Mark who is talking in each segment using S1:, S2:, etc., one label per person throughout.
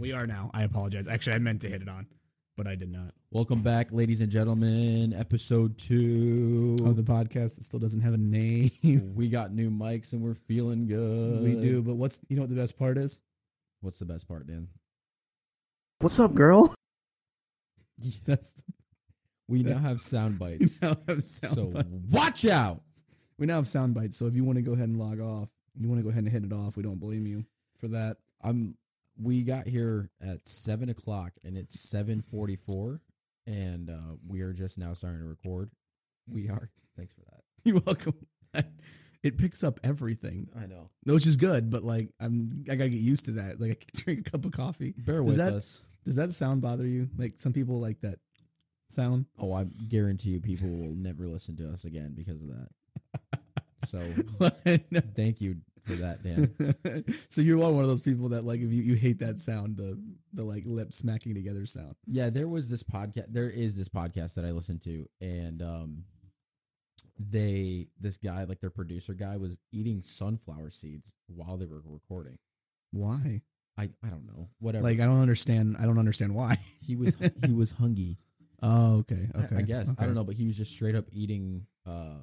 S1: We are now. I apologize. Actually, I meant to hit it on, but I did not.
S2: Welcome back, ladies and gentlemen. Episode two.
S1: Of Oh, the podcast that still doesn't have a name.
S2: we got new mics and we're feeling good.
S1: we do, but what's you know what the best part is?
S2: What's the best part, Dan?
S3: What's up, girl?
S1: That's
S2: We now have sound
S1: we
S2: bites.
S1: now have sound
S2: so
S1: bites.
S2: watch out.
S1: We now have sound bites. So if you want to go ahead and log off, you want to go ahead and hit it off. We don't blame you for that.
S2: I'm. We got here at seven o'clock, and it's seven forty-four, and uh, we are just now starting to record. We are. Thanks for that.
S1: You're welcome. It picks up everything,
S2: I know.
S1: which is good. But like, I'm I gotta get used to that. Like, I can drink a cup of coffee.
S2: Bear
S1: Does
S2: with
S1: that-
S2: us.
S1: Does that sound bother you? Like some people like that sound.
S2: Oh, I guarantee you, people will never listen to us again because of that. So, thank you for that, Dan.
S1: so you're one one of those people that like if you, you hate that sound the the like lip smacking together sound.
S2: Yeah, there was this podcast. There is this podcast that I listened to, and um, they this guy, like their producer guy, was eating sunflower seeds while they were recording.
S1: Why?
S2: I I don't know. Whatever.
S1: Like I don't understand. I don't understand why.
S2: he was he was hungry.
S1: Oh, okay,
S2: I-
S1: okay.
S2: I guess I
S1: okay.
S2: don't know, but he was just straight up eating. uh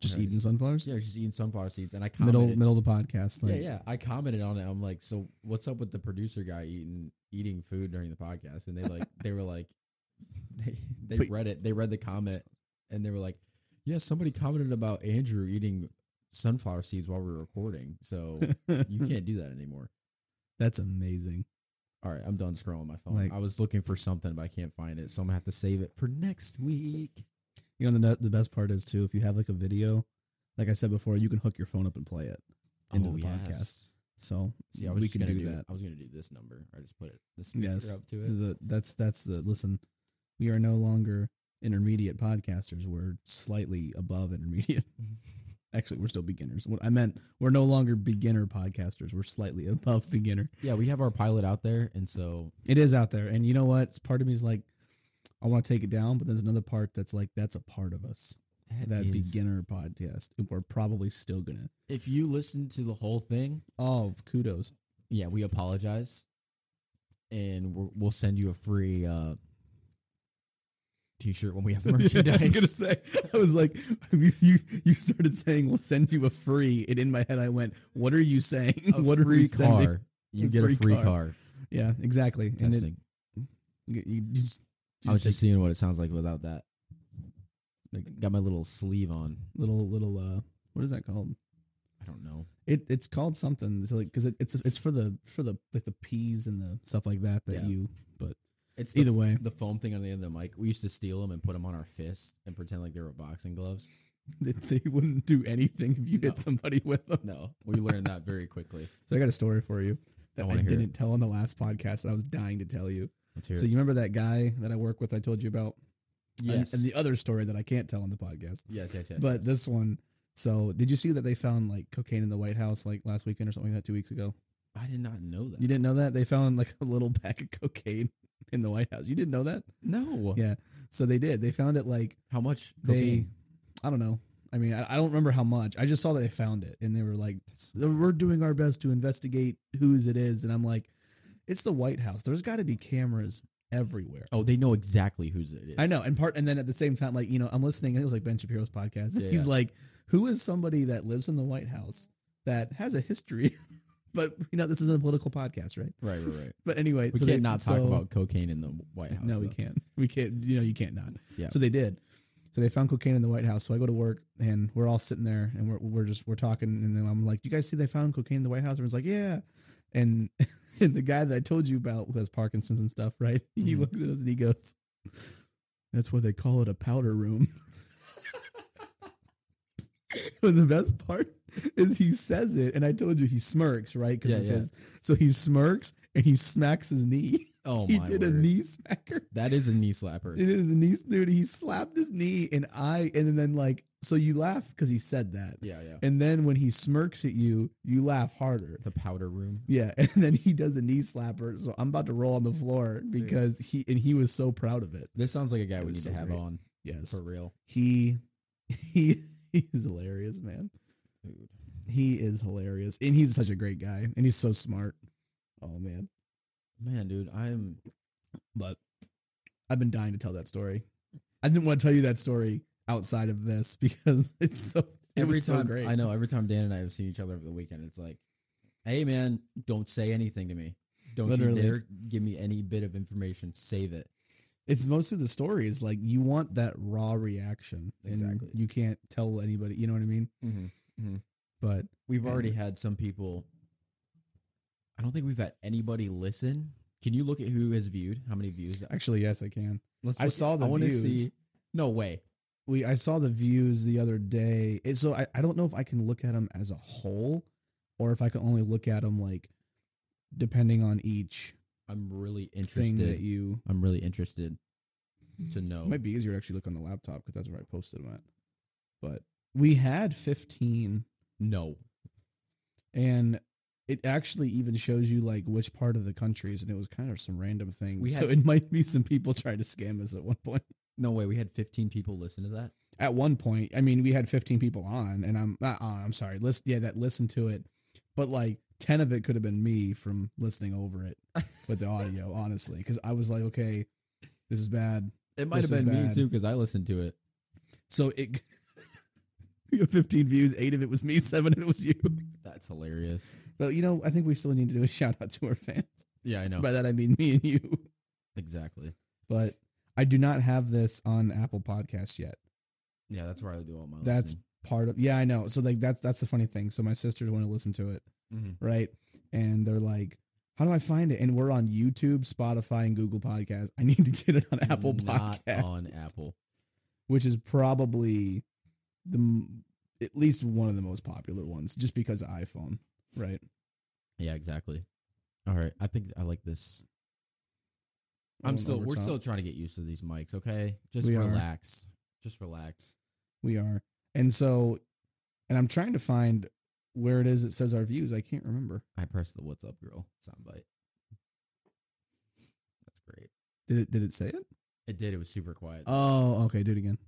S1: Just
S2: Nice.
S1: eating sunflowers.
S2: Yeah, just eating sunflower seeds, and I commented.
S1: Middle middle of the podcast. Like,
S2: yeah, yeah. I commented on it. I'm like, so what's up with the producer guy eating eating food during the podcast? And they like they were like, they they
S1: But-
S2: read it. They read the comment, and they were like, yeah, somebody commented about Andrew eating sunflower seeds while we were recording, so you can't do that anymore.
S1: That's amazing.
S2: All right, I'm done scrolling my phone.
S1: Like-
S2: I was looking for something, but I can't find it, so I'm gonna have to save it for next week.
S1: You know the the best part is too if you have like a video, like I said before, you can hook your phone up and play it into
S2: Oh,
S1: the podcast.
S2: yes.
S1: So
S2: See, I was
S1: we
S2: just
S1: can
S2: gonna
S1: do
S2: do
S1: that.
S2: I was gonna do this number. I just put it this speaker
S1: Yes,
S2: up to it.
S1: the, that's that's the listen. We are no longer intermediate podcasters. We're slightly above intermediate. Actually, we're still beginners. What I meant, we're no longer beginner podcasters. We're slightly above beginner.
S2: Yeah, we have our pilot out there, and so
S1: It is out there, and you know what? It's- part of me is like, I want to take it down, but there's another part that's like, that's a part of us. That
S2: is-
S1: beginner podcast, we're probably still gonna.
S2: If you listen to the whole thing,
S1: Oh, kudos!
S2: yeah, we apologize, and we're, we'll send you a free uh, t-shirt when we have
S1: I was gonna
S2: merchandise.
S1: say, I was like, you you started saying we'll send you a free, and in my head I went, what are you saying?
S2: a
S1: what are
S2: free
S1: we
S2: car?
S1: sending?
S2: You
S1: A
S2: get a
S1: free
S2: free
S1: car.
S2: car.
S1: Yeah, exactly. And it,
S2: testing.
S1: you, you just, you
S2: I was
S1: take
S2: just seeing what it sounds like without that. Got my little sleeve on.
S1: little little uh, what is that called?
S2: I don't know.
S1: It it's called something it's like because it, it's it's for the for the like the peas and the stuff like that that
S2: Yeah.
S1: you. But
S2: It's the
S1: either way,
S2: the foam thing on the end of the mic. We used to steal them and put them on our fists and pretend like they were boxing gloves.
S1: they, they wouldn't do anything if you
S2: No.
S1: hit somebody with them.
S2: No, we learned that very quickly.
S1: So I got a story for you
S2: I
S1: that I,
S2: wanna hear it.
S1: didn't tell on the last podcast. that I was dying to tell you.
S2: Let's hear
S1: So
S2: it.
S1: you remember that guy that I work with? I told you about. And-
S2: yes.
S1: And, the other story that I can't tell on the podcast.
S2: yes, yes, yes.
S1: but
S2: yes.
S1: this one. So, did you see that they found like cocaine in the White House like last weekend or something like that two weeks ago?
S2: I did not know that.
S1: You didn't know that? They found like a little pack of cocaine in the White House. You didn't know that?
S2: No.
S1: Yeah. So they did. They found it like
S2: How much?
S1: they, I don't know. I mean, I, I don't remember how much. I just saw that they found it and they were like, we're doing our best to investigate whose it is. And I'm like, it's the White House. There's got to be cameras everywhere.
S2: Oh, they know exactly whose it is.
S1: I know, and part, and then at the same time, like you know, I'm listening. And it was like Ben Shapiro's podcast.
S2: Yeah,
S1: He's
S2: yeah.
S1: like, who is somebody that lives in the White House that has a history, but you know, this isn't a political podcast, right?
S2: Right, right, right.
S1: But anyway,
S2: We
S1: so
S2: can't
S1: they-
S2: not talk
S1: so-
S2: about cocaine in the White House.
S1: No, we
S2: though.
S1: can't. We can't. You know, you can't not.
S2: Yeah.
S1: So they did. So they found cocaine in the White House. So I go to work, and we're all sitting there, and we're we're just we're talking, and then I'm like, "Do you guys see they found cocaine in the White House?" Everyone's like, "Yeah." And, and the guy that I told you about who has Parkinson's and stuff, right? He
S2: Mhm.
S1: looks at us and he goes, "That's why they call it a powder room." but the best part is he says it, and I told you he smirks, right? 'Cause
S2: Yeah,
S1: of
S2: yeah.
S1: his- so he smirks and he smacks his knee.
S2: Oh
S1: he
S2: my
S1: did a
S2: word.
S1: knee smacker.
S2: That is a knee slapper.
S1: It is a knee, dude. He slapped his knee, and I, and then like, so you laugh because he said that,
S2: yeah, yeah.
S1: and then when he smirks at you, you laugh harder.
S2: The powder room.
S1: Yeah, and then he does a knee slapper. So I'm about to roll on the floor because he and he was so proud of it.
S2: This sounds like a guy we need
S1: was
S2: to
S1: so
S2: have
S1: great.
S2: on
S1: Yes,
S2: for real.
S1: he he he's hilarious, man. He is hilarious, and he's such a great guy, and he's so smart. Oh man,
S2: Man, dude, I'm
S1: but I've been dying to tell that story. I didn't want to tell you that story outside of this because it's so it
S2: every
S1: was
S2: time
S1: so great.
S2: I know every time Dan and I have seen each other over the weekend, it's like, hey man, don't say anything to me. Don't
S1: Literally.
S2: you dare give me any bit of information. Save it.
S1: it's mostly the story is like you want that raw reaction and
S2: Exactly.
S1: you can't tell anybody you know what i mean but
S2: We've already had some people. I don't think we've had anybody listen. Can you look at who has viewed? How many views?
S1: actually yes i can
S2: Let's
S1: I
S2: look-
S1: saw the
S2: I wanna
S1: views.
S2: see. No way.
S1: we i saw the views the other day It- so I, I don't know if i can look at them as a whole or if i can only look at them like depending on each
S2: I'm really
S1: thing that
S2: interested. Oh.
S1: you
S2: I'm really interested to know.
S1: it might be easier to actually look on the laptop because that's where i posted them at but we had 15
S2: No.
S1: and it actually even shows you like which part of the countries and it was kind of some random thing
S2: We
S1: so
S2: had-
S1: it might be some people trying to scam us at one point
S2: No way. We had 15 people listen to that.
S1: at one point i mean we had 15 people on and i'm not on i'm sorry list yeah that listened to it but like 10 of it could have been me from listening over it with the audio honestly because i was like okay this is bad
S2: It might
S1: This
S2: have
S1: is
S2: been me
S1: bad.
S2: too because I listened to it.
S1: so it you have 15 views eight of it was me seven of it was you
S2: That's hilarious.
S1: but you know i think we still need to do a shout out to our fans
S2: Yeah, I know.
S1: by that i mean me and you
S2: exactly.
S1: but I do not have this on Apple Podcast yet.
S2: Yeah, that's where Oh, I do all my.
S1: That's part of yeah, I know. So like that's that's the funny thing. So my sisters want to listen to it,
S2: listening.
S1: right? And they're like, "How do I find it?" And we're on YouTube, Spotify, and Google Podcast. I need to get it on
S2: Mhm.
S1: Apple
S2: Not
S1: Podcast,
S2: on Apple.
S1: which is probably the m- at least one of the most popular ones, just because of iPhone, right?
S2: Yeah, exactly. All right, I think I like this. I'm
S1: Going
S2: still.
S1: over
S2: We're
S1: top.
S2: still trying to get used to these mics. Okay, just
S1: We are.
S2: relax. Just relax.
S1: we are, and so, and I'm trying to find where it is that says our views. I can't remember.
S2: I pressed the "What's up, girl" soundbite. That's great.
S1: Did it? Did it say it?
S2: It did. It was super quiet.
S1: Oh, okay. Do it again.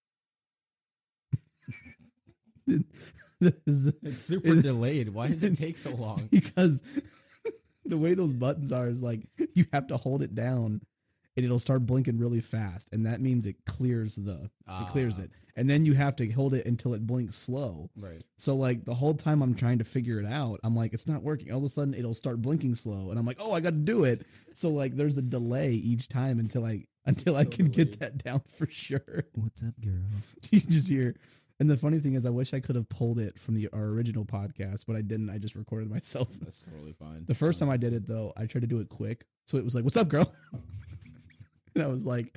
S1: This is-
S2: it's super
S1: it-
S2: delayed. Why does it take so long?
S1: Because the way those buttons are is like you have to hold it down and it'll start blinking really fast. And that means it clears the it clears
S2: Ah,
S1: it. And then you have to hold it until it blinks slow.
S2: Right.
S1: So like the whole time I'm trying to figure it out, I'm like, it's not working. All of a sudden it'll start blinking slow. And I'm like, oh, I gotta do it. So like there's a delay each time until I until I
S2: so
S1: can get
S2: delayed.
S1: that down for sure.
S2: What's up, girl?
S1: you just hear. And the funny thing is I wish I could have pulled it from the our original podcast, but I didn't. I just recorded myself.
S2: That's totally fine.
S1: The first time I did it though, I tried to do it quick. So it was like, What's up, girl? and I was like,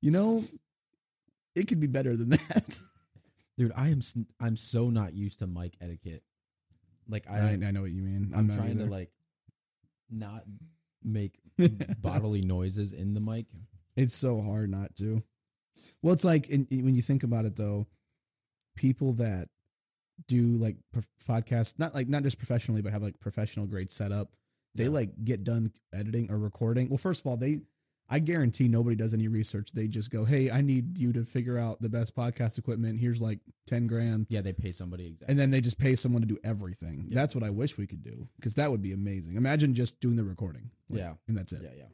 S1: you know, it could be better than that.
S2: dude, I am. s- I'm so not used to mic etiquette. Like
S1: I,
S2: I,
S1: I know what you mean.
S2: I'm,
S1: not
S2: trying
S1: either.
S2: to like not make bodily noises in the mic.
S1: It's so hard not to. Well, it's like in, in- when you think about it, though, people that do like prof- podcasts, not like not just professionally, but have like professional grade setup, they
S2: Yeah.
S1: like get done editing or recording. Well, first of all, they, I guarantee nobody does any research. They just go, "Hey, I need you to figure out the best podcast equipment. Here's like ten grand."
S2: Yeah, they pay somebody exactly.
S1: And then they just pay someone to do everything.
S2: Yeah.
S1: That's what I wish we could do because that would be amazing. Imagine just doing the recording. like,
S2: Yeah.
S1: And that's it.
S2: yeah, yeah.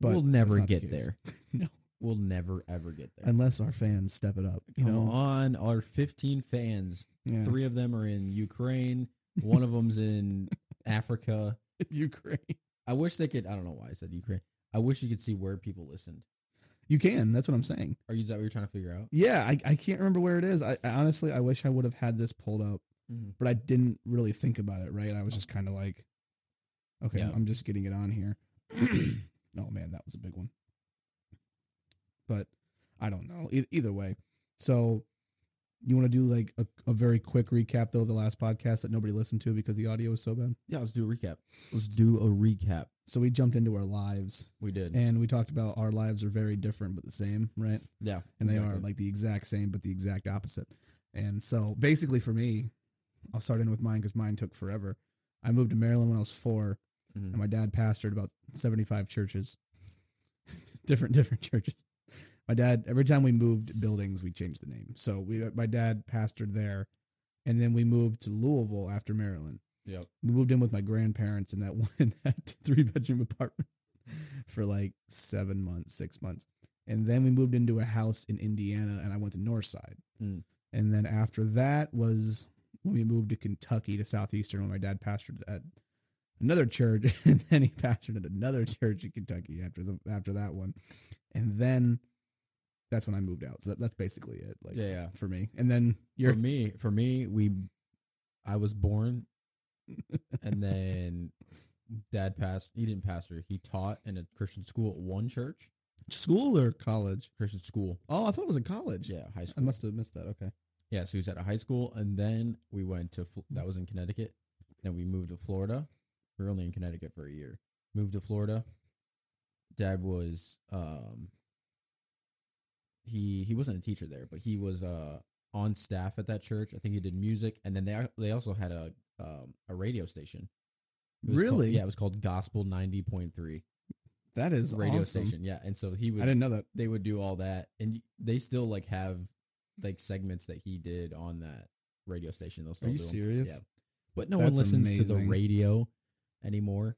S1: But
S2: we'll
S1: that's
S2: never
S1: not the
S2: get
S1: case.
S2: there.
S1: No.
S2: We'll never ever get there.
S1: Unless our fans step it up. You
S2: Come
S1: know,
S2: on, our 15 fans.
S1: Yeah.
S2: Three of them are in Ukraine. One of them's in Africa.
S1: Ukraine.
S2: I wish they could. I don't know why I said Ukraine. I wish you could see where people listened.
S1: You can. That's what I'm saying.
S2: Are you is that what you're trying to figure out?
S1: Yeah, I, I can't remember where it is. I, I honestly I wish I would have had this pulled up,
S2: Mhm.
S1: but I didn't really think about it. Right, I was just kind of like, okay,
S2: Yeah.
S1: I'm just getting it on here. oh man, that was a big one. But I don't know. E- either way, so you want to do like a, a very quick recap though of the last podcast that nobody listened to because the audio was so bad.
S2: Yeah, let's do a recap. Let's do a recap.
S1: So we jumped into our lives
S2: We did.
S1: and we talked about our lives are very different but the same, right?
S2: yeah,
S1: and they
S2: exactly.
S1: are like the exact same but the exact opposite and so basically for me i'll start in with mine because mine took forever i moved to maryland when i was 4
S2: Mhm.
S1: and my dad pastored about 75 churches different different churches my dad every time we moved buildings we changed the name so we my dad pastored there and then we moved to louisville after maryland
S2: Yep.
S1: We moved in with my grandparents in that one in that three bedroom apartment for like seven months, six months. And then we moved into a house in Indiana and I went to Northside.
S2: Mm.
S1: And then after that was when we moved to Kentucky to Southeastern when my dad pastored at another church and then he pastored at another church in Kentucky after the after that one. And then that's when I moved out. So that, that's basically it. Like
S2: Yeah, yeah.
S1: for me. And then you're
S2: For me, for me, we, I was born, and then dad passed. He didn't pastor. He taught in a Christian school at one church,
S1: school or college?
S2: Christian school.
S1: Oh, I thought it was in college.
S2: Yeah, high
S1: I
S2: school.
S1: must have missed that. Okay.
S2: Yeah, so he was at a high school, and then we went to Fl- that was in Connecticut. Then we moved to Florida. We were only in Connecticut for a year. Moved to Florida. Dad was um he he wasn't a teacher there, but he was uh on staff at that church. I think he did music, and then they they also had a um a radio station. It was called-
S1: Really?
S2: yeah, it was called Gospel ninety point three
S1: That is
S2: radio
S1: awesome.
S2: station. Yeah, and so he
S1: I
S2: would
S1: didn't know that.
S2: they would do all that and y- they still like have like segments that he did on that radio station they'll still
S1: you
S2: do 'em.
S1: serious?
S2: yeah. but no one
S1: That's
S2: listens to the
S1: amazing.
S2: radio anymore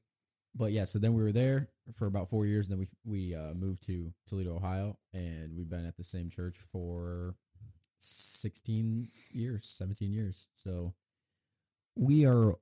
S2: but yeah so then we were there for about four years and then we we uh, moved to toledo ohio and we've been at the same church for 16 years 17 years so we are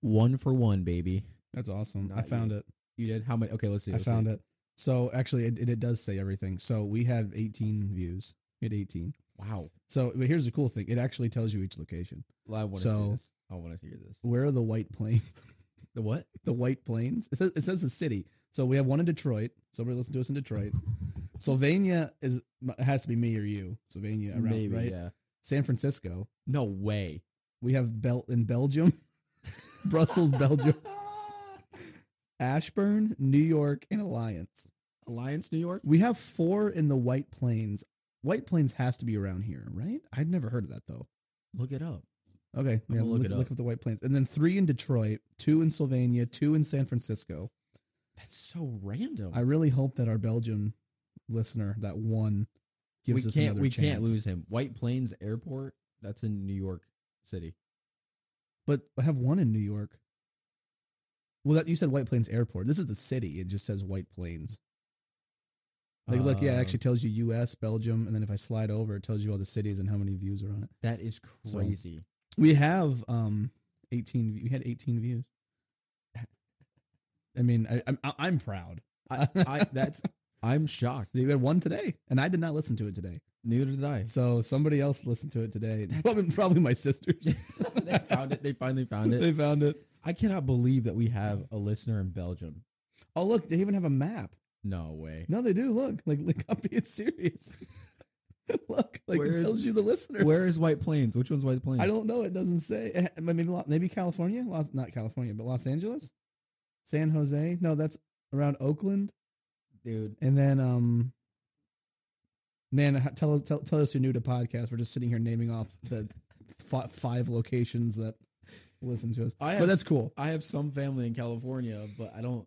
S2: one for one baby
S1: That's awesome. I
S2: Not
S1: found
S2: yet.
S1: it.
S2: you did how many okay let's see
S1: I found it. So actually, it, it, it does say everything. So we have 18 views. We had 18.
S2: wow
S1: So but here's the cool thing. It actually tells you each location.
S2: i want to see
S1: So-
S2: this i want to hear this
S1: Where are the White Plains?
S2: the what
S1: the White Plains. It says it says the city. So we have one in Detroit. Somebody listen to us in Detroit. Sylvania is it has to be me or you. Sylvania around right.
S2: yeah.
S1: San Francisco.
S2: No way.
S1: We have Bel in Belgium, Brussels, Belgium, Ashburn, New York, and Alliance.
S2: Alliance, New York.
S1: We have four in the White Plains. White Plains has to be around here, right? I'd never heard of that though.
S2: Look it up.
S1: Okay,
S2: I'm
S1: yeah,
S2: gonna look
S1: look,
S2: it
S1: look,
S2: up.
S1: up the White Plains, and then three in Detroit, two in Sylvania, two in San Francisco.
S2: That's so random.
S1: I really hope that our Belgium listener, that one, gives
S2: we
S1: us
S2: can't.
S1: another
S2: We
S1: chance.
S2: can't lose him. White Plains Airport. That's in New York City.
S1: But I have one in New York. Well, that you said White Plains Airport. This is the city. It just says White Plains. Like, look, yeah, it
S2: Um,
S1: actually tells you U.S., Belgium, and then if I slide over, it tells you all the cities and how many views are on it.
S2: that is
S1: So-
S2: crazy.
S1: We have um 18. We had 18 views. I mean, I, I'm I- I'm proud.
S2: I, I, that's. I'm shocked.
S1: We had one today, and I did not listen to it today.
S2: Neither did I.
S1: So somebody else listened to it today.
S2: That's-
S1: Probably, probably my sisters.
S2: they found it. They finally found
S1: they
S2: it.
S1: found it.
S2: I cannot believe that we have a listener in Belgium.
S1: Oh, look, they even have a map.
S2: No way.
S1: No, they do. Look, like, like I'm being serious. look, like
S2: Where
S1: it
S2: is-
S1: tells you the listeners.
S2: Where is White Plains? Which one's White Plains?
S1: I don't know. It doesn't say. Eh, Maybe Lo- maybe California, Los, not California, but Los Angeles, San Jose. No, that's around Oakland.
S2: dude.
S1: And then, um, man, h- tell us tell, tell us you're new to podcast. We're just sitting here naming off the f- five locations that listen to us.
S2: I
S1: but
S2: have-
S1: that's cool.
S2: I have some family in California, but I don't.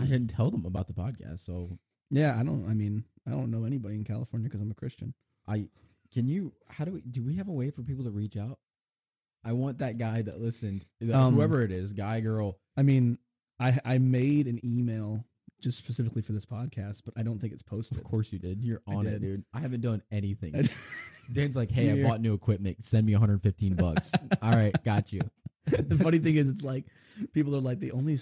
S2: I didn't tell them about the podcast, so
S1: Yeah, I don't. I mean, I don't know anybody in California because I'm a Christian.
S2: I can you how do we do we have a way for people to reach out? I want that guy that listened, that
S1: Um,
S2: whoever it is, guy, girl.
S1: I mean, I I made an email just specifically for this podcast, but I don't think it's posted.
S2: Of course you did. You're
S1: I
S2: on it,
S1: did.
S2: dude. I haven't done anything.
S1: the
S2: Dan's like, hey, I
S1: You're-
S2: bought new equipment. Send me 115 bucks. All right, got you.
S1: funny thing is, it's like people are like they only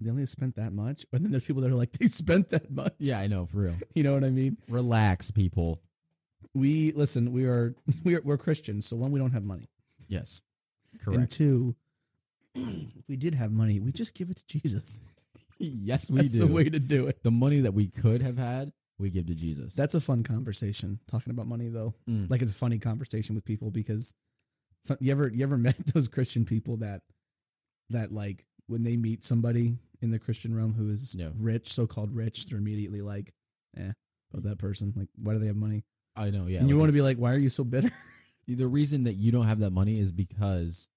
S1: they only spent that much, and then there's people that are like they spent that much.
S2: Yeah, I know for real.
S1: You know what I mean?
S2: Relax, people.
S1: We listen. We are we are we're Christians, so one we don't have money,
S2: Yes,
S1: and
S2: correct.
S1: two, if we did have money, we just give it to Jesus.
S2: yes, we
S1: That's
S2: do.
S1: the way to do it.
S2: the money that we could have had, we give to Jesus.
S1: That's a fun conversation talking about money though.
S2: Mm.
S1: Like it's a funny conversation with people because some, you ever you ever met those Christian people that that like when they meet somebody in the Christian realm who is
S2: No.
S1: rich, so called rich, they're immediately like, eh, about that person. Like, why do they have money?
S2: I know. Yeah,
S1: and you want to be
S2: it's-
S1: like, why are you so bitter?
S2: the reason that you don't have that money is because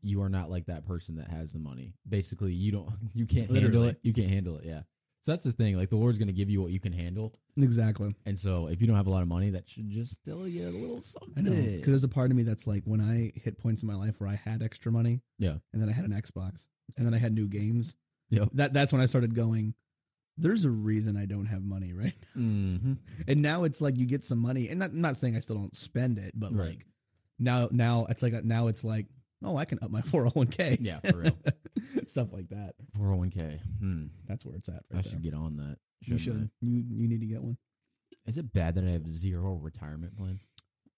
S2: you are not like that person that has the money. Basically, you don't you can't handle
S1: Literally.
S2: it. You can't handle it. Yeah. So that's the thing. Like the Lord's going to give you what you can handle,
S1: Exactly.
S2: and so if you don't have a lot of money, that should just still you a
S1: I
S2: little
S1: know.
S2: something.
S1: Because there's a part of me that's like when I hit points in my life where I had extra money.
S2: Yeah.
S1: And then I had an Xbox. And then I had new games.
S2: Yep.
S1: That that's when I started going, there's a reason I don't have money right now.
S2: Mhm.
S1: And now it's like you get some money. And not, I'm not saying I still don't spend it, but
S2: Right.
S1: like now now it's like now it's like, oh, I can up my 401k.
S2: Yeah, for real.
S1: Stuff like that.
S2: 401k. Hmm.
S1: That's where it's at.
S2: I
S1: Right there.
S2: should get on that.
S1: you
S2: shouldn't
S1: should. You you need to get one.
S2: I? Is it bad that I have zero retirement plan?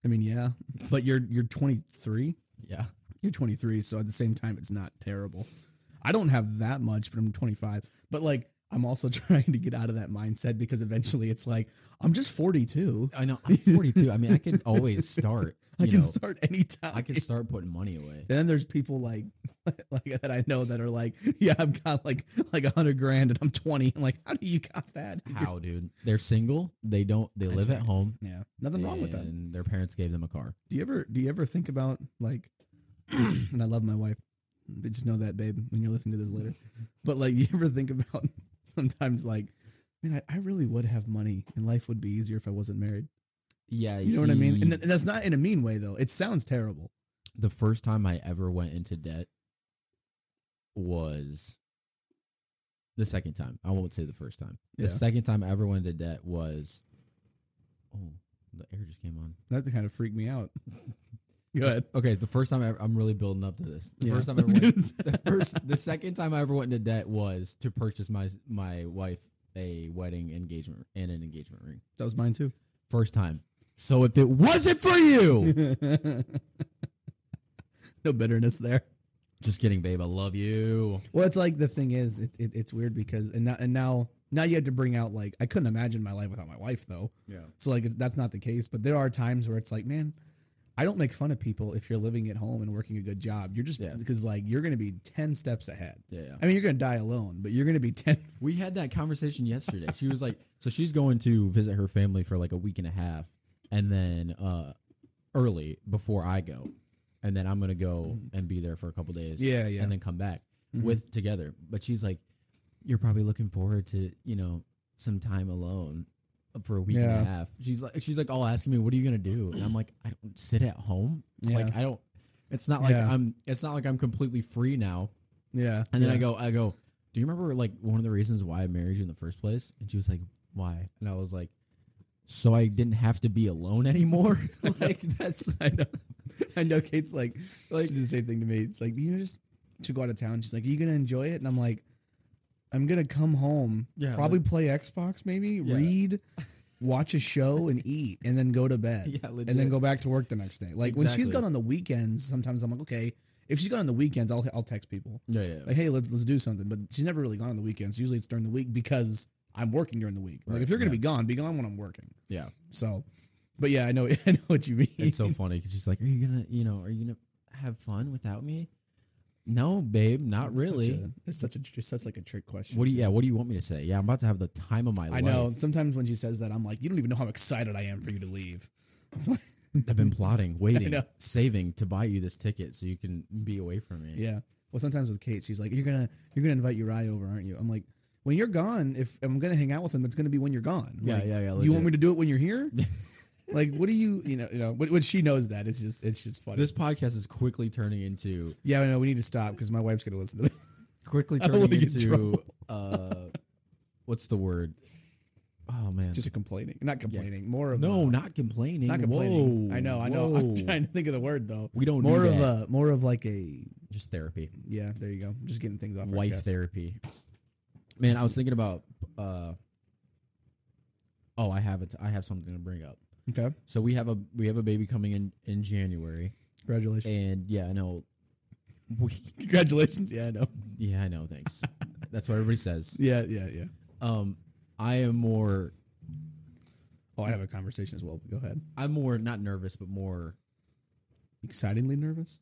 S1: I mean, yeah. But you're you're 23.
S2: Yeah.
S1: You're 23, so at the same time, it's not terrible. I don't have that much, but I'm 25. But like, I'm also trying to get out of that mindset because eventually it's like, I'm just 42.
S2: I know. I'm 42. I mean, I can always start.
S1: I
S2: you
S1: can
S2: know,
S1: start anytime.
S2: I can start putting money away.
S1: And then there's people like, like that I know that are like, yeah, I've got like like a hundred grand and I'm 20. I'm like, how do you got that?
S2: How, dude? They're single. They don't. They
S1: That's
S2: live at
S1: right.
S2: home.
S1: Yeah, nothing wrong with that.
S2: and Their parents gave them a car.
S1: Do you ever do you ever think about like and I love my wife, but just know that, babe, when you're listening to this later. But like you ever think about sometimes like man, I, I really would have money and life would be easier if I wasn't married.
S2: Yeah,
S1: You know what I mean? And,
S2: see,
S1: th- and that's not in a mean way though. It sounds terrible.
S2: the first time I ever went into debt was the second time. I won't say the first time. The
S1: Yeah.
S2: second time I ever went into debt was oh, the air just came on.
S1: That kind of freaked me out. Go ahead.
S2: Okay, the first time I ever, I'm really building up to this. The
S1: Yeah.
S2: first time I ever
S1: Let's do
S2: went,
S1: this.
S2: the first, the second time I ever went into debt was to purchase my my wife a wedding engagement and an engagement ring.
S1: That was mine too.
S2: First time. So if it wasn't for you,
S1: no bitterness there.
S2: just kidding, babe. I love you.
S1: Well, it's like the thing is, it, it, it's weird because and now, and now now you have to bring out like I couldn't imagine my life without my wife though.
S2: Yeah.
S1: So like it's, that's not the case, but there are times where it's like, man, I don't make fun of people if you're living at home and working a good job. You're just
S2: Yeah.
S1: because like you're going to be 10 steps ahead.
S2: Yeah.
S1: I mean, you're going to die alone, but you're going to be 10
S2: We had that conversation yesterday. She was like, so she's going to visit her family for like a week and a half, and then uh, early before I go, and then I'm gonna go and be there for a couple days.
S1: Mm-hmm. Yeah, yeah. Mm-hmm.
S2: and then come back with together. But she's like, you're probably looking forward to you know some time alone for a week
S1: Yeah.
S2: and a half. She's like, she's like all asking me, what are you gonna do? And I'm like, I don't sit at home. Like
S1: Yeah.
S2: I don't. It's not like
S1: Yeah.
S2: I'm. It's not like I'm completely free now.
S1: Yeah.
S2: And then
S1: yeah.
S2: I go, I go, do you remember like one of the reasons why I married you in the first place? And she was like, why? And I was like, so I didn't have to be alone anymore. like that's
S1: I know. I know Kate's like,
S2: Like-
S1: like she did the same thing to me. It's like, you know, just to go out of town. She's like, Are you gonna enjoy it? And I'm like, I'm gonna come home,
S2: Yeah,
S1: probably play Xbox, maybe,
S2: Yeah.
S1: read, watch a show and eat, and then go to bed.
S2: Yeah, legit.
S1: and then go back to work the next day. Like when she's
S2: Exactly.
S1: gone on the weekends, sometimes I'm like, okay, if she's gone on the weekends, I'll I'll text people.
S2: yeah, yeah,
S1: Like, hey, let's let's do something. But she's never really gone on the weekends. Usually it's during the week because I'm working during the week.
S2: Right,
S1: Like if you're gonna
S2: yeah.
S1: be gone, be gone when I'm working.
S2: yeah.
S1: So but yeah, I know I know what you mean.
S2: It's so funny because she's like, are you gonna, you know, are you gonna have fun without me? No, babe, not
S1: It's such
S2: really.
S1: a- It's such a it's such like a trick question.
S2: what do you?
S1: too.
S2: Yeah, what do you want me to say? Yeah, I'm about to have the time of my life.
S1: I know. Sometimes when she says that, I'm like, you don't even know how excited I am for you to leave. It's like,
S2: I've been plotting, waiting,
S1: know.
S2: saving to buy you this ticket so you can be away from me.
S1: yeah. Well, sometimes with Kate, she's like, you're gonna you're gonna invite Uriah over, aren't you? I'm like, when you're gone, if I'm gonna hang out with him, it's gonna be when you're gone.
S2: Yeah,
S1: Like,
S2: yeah, yeah,
S1: You
S2: legit.
S1: want me to do it when you're here? like, what do you you know you know? What, what she knows that it's just it's just funny.
S2: This podcast is quickly turning into
S1: yeah, I know. We need to stop because my wife's gonna listen to this.
S2: quickly
S1: I don't
S2: turning
S1: wanna get in
S2: into
S1: trouble.
S2: uh, what's the word? Oh man,
S1: just complaining, not complaining, more of
S2: no,
S1: a-
S2: not complaining.
S1: not complaining.
S2: Whoa,
S1: I know, I know.
S2: whoa.
S1: I'm trying to think of the word though.
S2: We don't do
S1: more of
S2: that.
S1: a more of like a
S2: Just therapy,
S1: Yeah, there you go. Just getting things off. our
S2: wife
S1: chest.
S2: therapy. Man, I was thinking about. uh Oh, I have it. I have something to bring up.
S1: Okay,
S2: So we have a we have a baby coming in in January,
S1: congratulations.
S2: and yeah, I know. We,
S1: Congratulations. Yeah, I know.
S2: yeah, I know. Thanks. That's what everybody says.
S1: Yeah, yeah, yeah.
S2: Um, I am more
S1: Oh, I have a conversation as well. But go ahead.
S2: I'm more not nervous, but more
S1: Excitingly nervous.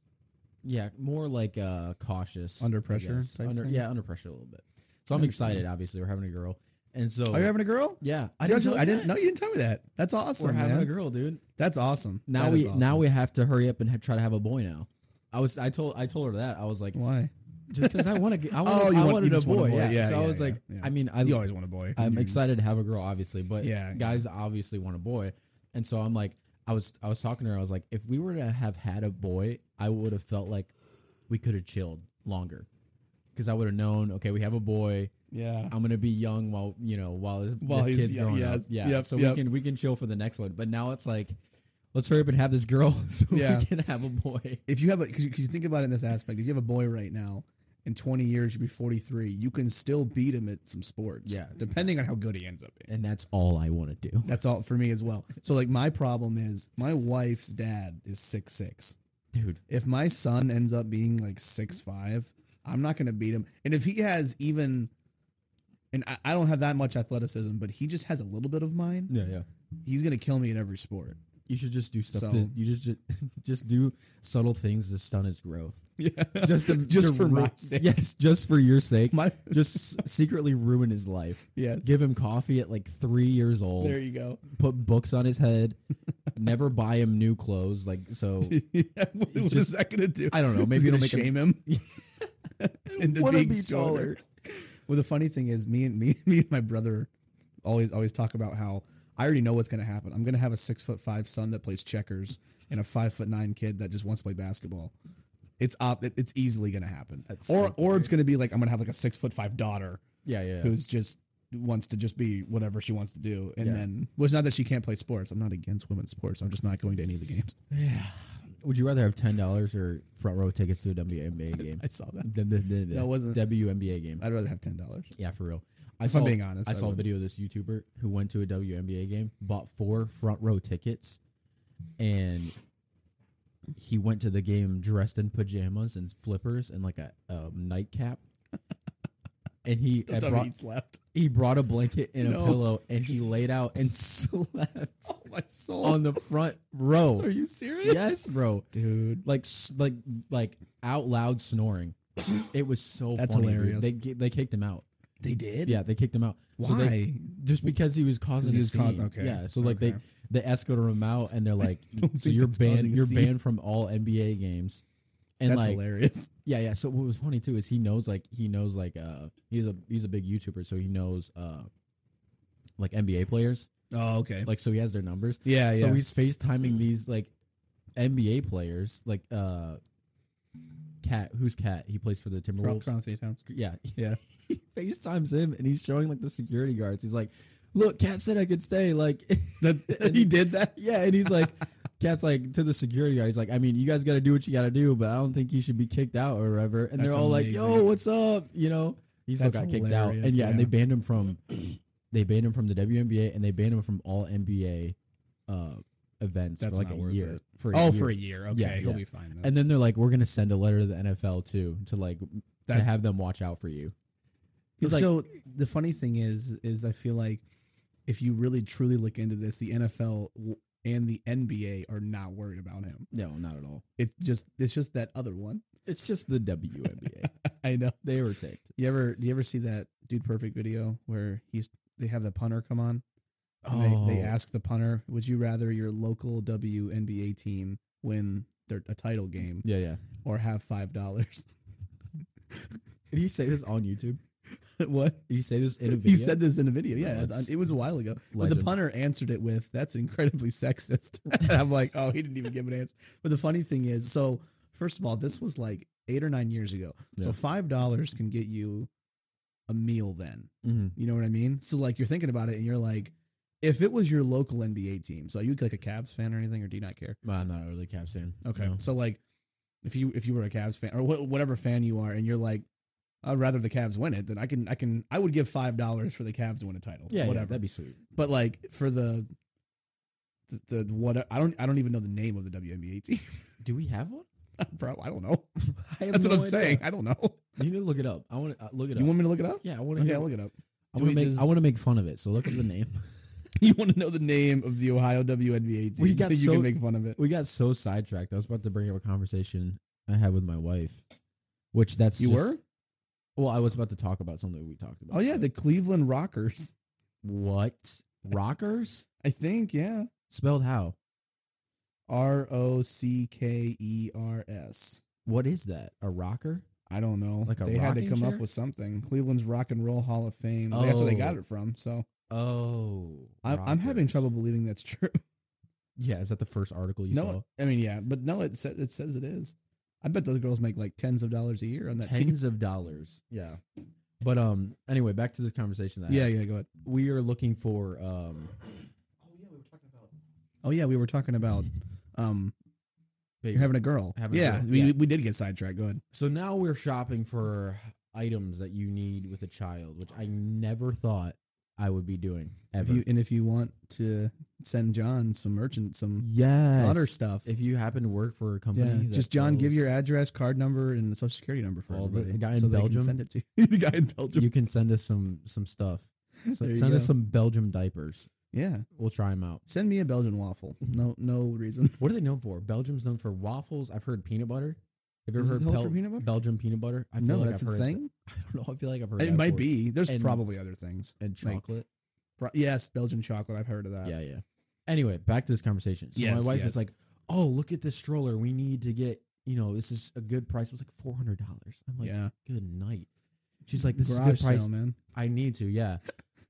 S2: yeah, more like uh cautious,
S1: Under
S2: I
S1: pressure
S2: guess.
S1: type
S2: Under-
S1: thing?
S2: yeah, under pressure a little bit. So I'm excited. Obviously, we're having a girl, and so
S1: Are you having a girl?
S2: Oh, yeah,
S1: I didn't.
S2: tell
S1: Know,
S2: you
S1: I didn't.
S2: that.
S1: No, you didn't tell me that. That's awesome.
S2: We're having
S1: man.
S2: a girl, dude.
S1: That's awesome.
S2: Now
S1: That
S2: we
S1: is awesome.
S2: now we have to hurry up and ha- try to have a boy now. I was I told I told her that I was like
S1: Why?
S2: just because I want to. I,
S1: Oh,
S2: wanted
S1: you
S2: I
S1: want-
S2: wanted
S1: you
S2: a
S1: just want a
S2: boy.
S1: boy.
S2: Yeah.
S1: Yeah,
S2: so I
S1: yeah,
S2: was like,
S1: yeah, yeah.
S2: I mean, I
S1: you always want a boy.
S2: I'm
S1: Mhm.
S2: excited to have a girl, obviously, but
S1: Yeah.
S2: guys obviously want a boy, and so I'm like, I was I was talking to her. I was like, if we were to have had a boy, I would have felt like we could have chilled longer, because I would have known. Okay, we have a boy.
S1: Yeah.
S2: I'm gonna be young while you know while this,
S1: While
S2: this
S1: he's
S2: kid's
S1: young,
S2: growing
S1: yeah,
S2: up. Yeah,
S1: yep,
S2: so
S1: yep.
S2: we can we can chill for the next one. But now it's like, let's hurry up and have this girl so
S1: Yeah.
S2: we can have a boy.
S1: If you have a, because you, 'cause you think about it in this aspect, if you have a boy right now, in 20 years, you'll be 43, you can still beat him at some sports.
S2: Yeah.
S1: Depending on how good he ends up being.
S2: And that's all I want to do.
S1: That's all for me as well. So, like, my problem is my wife's dad is six six.
S2: Dude,
S1: if my son ends up being like six five, I'm not gonna beat him. And if he has even, and I, I don't have that much athleticism, but he just has a little bit of mine,
S2: yeah, yeah.
S1: he's gonna kill me in every sport.
S2: You should just do stuff.
S1: So-
S2: To, you just, just just do subtle things to stunt his growth.
S1: Yeah,
S2: Just to,
S1: just
S2: to
S1: for
S2: ru-
S1: my sake.
S2: Yes, just for your sake.
S1: My-
S2: just s- secretly ruin his life.
S1: Yes.
S2: Give him coffee at like three years old.
S1: There you go.
S2: Put books on his head. never buy him new clothes. Like so.
S1: yeah, what what is
S2: just-
S1: that gonna do?
S2: I don't know, maybe
S1: it's
S2: it'll
S1: gonna
S2: make him-
S1: shame him. into
S2: wanna
S1: being
S2: be
S1: taller.
S2: taller.
S1: Well, the funny thing is, me and me, me and my brother always always talk about how I already know what's going to happen. I'm going to have a six foot five son that plays checkers and a five foot nine kid that just wants to play basketball. It's op- it- it's easily going to happen,
S2: That's
S1: or
S2: so
S1: or it's going to be like I'm going to have like a six foot five daughter
S2: Yeah, yeah.
S1: who's just wants to just be whatever she wants to do, and
S2: Yeah.
S1: then well, it's not that she can't play sports. I'm not against women's sports. I'm just not going to any of the games.
S2: Would you rather have ten dollars or front row tickets to a WNBA game?
S1: I saw that.
S2: The- the- the-
S1: No, it wasn't.
S2: WNBA game.
S1: I'd rather have ten dollars.
S2: Yeah, for real. I
S1: If I'm being honest,
S2: I
S1: I
S2: saw a
S1: would.
S2: video of this YouTuber who went to a WNBA game, bought four front row tickets, and he went to the game dressed in pajamas and flippers and like a, a nightcap. And he
S1: That's
S2: had
S1: how
S2: brought,
S1: he slept.
S2: he brought a blanket and
S1: No.
S2: a pillow and he laid out and slept
S1: Oh my soul!
S2: on the front row.
S1: Are you serious?
S2: Yes, bro.
S1: dude.
S2: Like s- like like out loud snoring. It was so
S1: That's
S2: funny, dude.
S1: hilarious.
S2: They ki- they kicked him out.
S1: They did.
S2: Yeah, they kicked him out. So
S1: Why?
S2: they- just because he was causing
S1: he
S2: a
S1: was cau-
S2: scene.
S1: okay,
S2: Yeah. So like
S1: okay.
S2: they they escorted him out and they're like, so
S1: think
S2: you're
S1: that's causing
S2: banned.
S1: a
S2: You're
S1: scene.
S2: banned from all NBA games. And
S1: that's
S2: like,
S1: hilarious.
S2: yeah, yeah. So what was funny too is he knows like he knows like uh he's a he's a big YouTuber, so he knows uh like NBA players.
S1: Oh, okay.
S2: Like so he has their numbers.
S1: yeah,
S2: So he's FaceTiming these like NBA players, like uh Cat, who's Cat? He plays for the Timberwolves. Yeah,
S1: Yeah.
S2: he FaceTimes him and he's showing like the security guards. He's like, Look, Cat said I could stay. Like,
S1: That, he did that.
S2: yeah. And he's like, Cat's like to the security guard. He's like, I mean, you guys got to do what you got to do, but I don't think you should be kicked out or whatever. And they're
S1: That's
S2: all like, Yo,
S1: amazing.
S2: what's up? You know, he still
S1: That's
S2: got kicked out. And
S1: hilarious,
S2: yeah, and they
S1: yeah.
S2: banned him from, they banned him from the WNBA and they banned him from all NBA uh, events
S1: That's
S2: for like
S1: not
S2: a
S1: worth
S2: year.
S1: it.
S2: For
S1: Oh,
S2: year.
S1: for a year. Okay,
S2: Yeah,
S1: he'll
S2: yeah.
S1: be fine. Then.
S2: And then they're like, we're gonna send a letter to the NFL too to like to
S1: That-
S2: have them watch out for you. He's like,
S1: so the funny thing is, is I feel like if you really truly look into this, the NFL w- and the NBA are not worried about him.
S2: no, not at all.
S1: It's just it's just that other one.
S2: It's just the WNBA.
S1: I know.
S2: they were taped.
S1: You ever do you ever see that dude perfect video where he's they have the punter come on And they,
S2: Oh.
S1: they ask the punter, "Would you rather your local WNBA team win their a title game
S2: Yeah, yeah.
S1: or have five dollars?"
S2: Did he say this on YouTube?
S1: what
S2: Did he say this in a video?
S1: he said this in a video. Yeah,
S2: Well,
S1: it's-
S2: that's
S1: it was a while ago. But the
S2: legend.
S1: punter answered it with, "That's incredibly sexist." I'm like, "Oh, he didn't even give an answer." But the funny thing is, so first of all, this was like eight or nine years ago.
S2: Yeah.
S1: So five dollars can get you a meal then.
S2: Mhm.
S1: You know what I mean? So like you're thinking about it and you're like, if it was your local NBA team, so are you like a Cavs fan or anything, or do you not care?
S2: Well, I'm not really a Cavs fan.
S1: Okay.
S2: No.
S1: So like if you if you were a Cavs fan or wh- whatever fan you are and you're like I'd rather the Cavs win it, then I can I can I would give five dollars for the Cavs to win a title.
S2: Yeah, yeah,
S1: whatever.
S2: that'd be sweet.
S1: but like for the the, the what I don't I don't even know the name of the WNBA team.
S2: Do we have one?
S1: Probably I don't know.
S2: I have
S1: That's what
S2: no
S1: I'm
S2: idea.
S1: saying. I don't know.
S2: You need to look it up. I want to uh, look it
S1: You
S2: up.
S1: want me to look it up?
S2: yeah, I want to.
S1: Okay,
S2: hear.
S1: I'll look it up.
S2: I
S1: Do
S2: want
S1: we
S2: to make.
S1: just-
S2: I want to make fun of it. So look up the name.
S1: You want to know the name of the Ohio WNBA team
S2: We got
S1: so you
S2: so-
S1: can make fun of it.
S2: we got so sidetracked. I was about to bring up a conversation I had with my wife, which that's
S1: You
S2: just-
S1: were?
S2: Well, I was about to talk about something we talked about.
S1: Oh yeah, the Cleveland Rockers.
S2: what rockers
S1: I think, yeah.
S2: spelled how?
S1: R O C K E R S.
S2: What is that? A rocker?
S1: I don't know.
S2: Like a
S1: they had to
S2: rocking
S1: come
S2: chair?
S1: up with something. Cleveland's Rock and Roll Hall of Fame. That's where they got
S2: Oh.
S1: it from. So
S2: Oh,
S1: I, I'm having
S2: rockers.
S1: trouble believing that's true.
S2: Yeah, is that the first article you
S1: no, I mean, yeah, but no, it says it says it is. I bet those girls make like tens of dollars a year on
S2: saw?
S1: that team.
S2: Tens of dollars. Yeah, but um, anyway, back to this conversation. That I
S1: Yeah,
S2: had.
S1: yeah, go ahead.
S2: we are looking for um,
S1: Oh yeah, we were talking about um
S2: big-
S1: you're having a girl.
S2: Having a
S1: yeah,
S2: girl,
S1: We,
S2: yeah.
S1: we did get sidetracked. Go ahead.
S2: So now we're shopping for items that you need with a child, which I never thought I would be doing
S1: If
S2: ever.
S1: you and if you want to send John some merchant some
S2: yes,
S1: daughter stuff,
S2: If you happen to work for a company,
S1: yeah,
S2: that
S1: just John, give
S2: sells-
S1: your address, card number, and the social security number for
S2: All the-
S1: everybody.
S2: the guy in
S1: so they can
S2: Belgium?
S1: send it to you. the guy in Belgium.
S2: you can send us some some stuff. So
S1: There you
S2: send us
S1: go.
S2: some Belgium diapers.
S1: yeah,
S2: We'll try them out.
S1: send me a Belgian waffle.
S2: Mm-hmm.
S1: No, no reason.
S2: What are they known for? Belgium's known for waffles. I've heard peanut butter. Have you
S1: Is
S2: ever
S1: it
S2: heard
S1: known for
S2: Pel-
S1: peanut butter?
S2: Belgium peanut butter? I
S1: no, that's
S2: I've
S1: a
S2: heard
S1: thing.
S2: that- I don't know. I feel like I've heard
S1: It
S2: that
S1: might
S2: before.
S1: be. There's
S2: And-
S1: probably other things.
S2: and
S1: like-
S2: chocolate.
S1: Pro- yes, Belgian chocolate. I've heard of that.
S2: yeah, yeah. Anyway, back to this conversation. So
S1: Yes,
S2: my wife
S1: yes.
S2: is like, "Oh, look at this stroller. We need to get. You know, this is a good price. It was like four hundred dollars. I'm like,
S1: yeah.
S2: good night. She's like, this is a
S1: Garage
S2: good price.
S1: sale, man.
S2: I need to, yeah.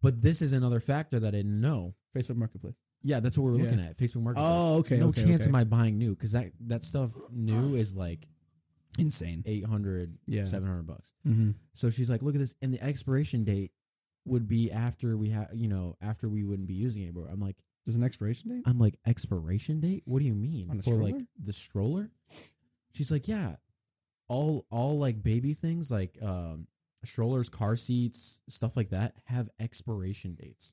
S2: But this is another factor that I didn't know.
S1: Facebook Marketplace.
S2: Yeah, that's what we're
S1: Yeah.
S2: looking at. Facebook Marketplace.
S1: Oh, okay.
S2: no
S1: okay,
S2: chance
S1: okay.
S2: am I buying new because that that stuff new is like
S1: insane.
S2: 800
S1: Yeah.
S2: 700 bucks.
S1: Mm-hmm.
S2: So she's like, look at this. And the expiration date would be after we have, you know, after we wouldn't be using it anymore. I'm like,
S1: There's an expiration date.
S2: I'm like, expiration date? What do you mean?
S1: On a
S2: like
S1: stroller?
S2: the stroller? She's like, yeah. All all like baby things like um strollers, car seats, stuff like that have expiration dates.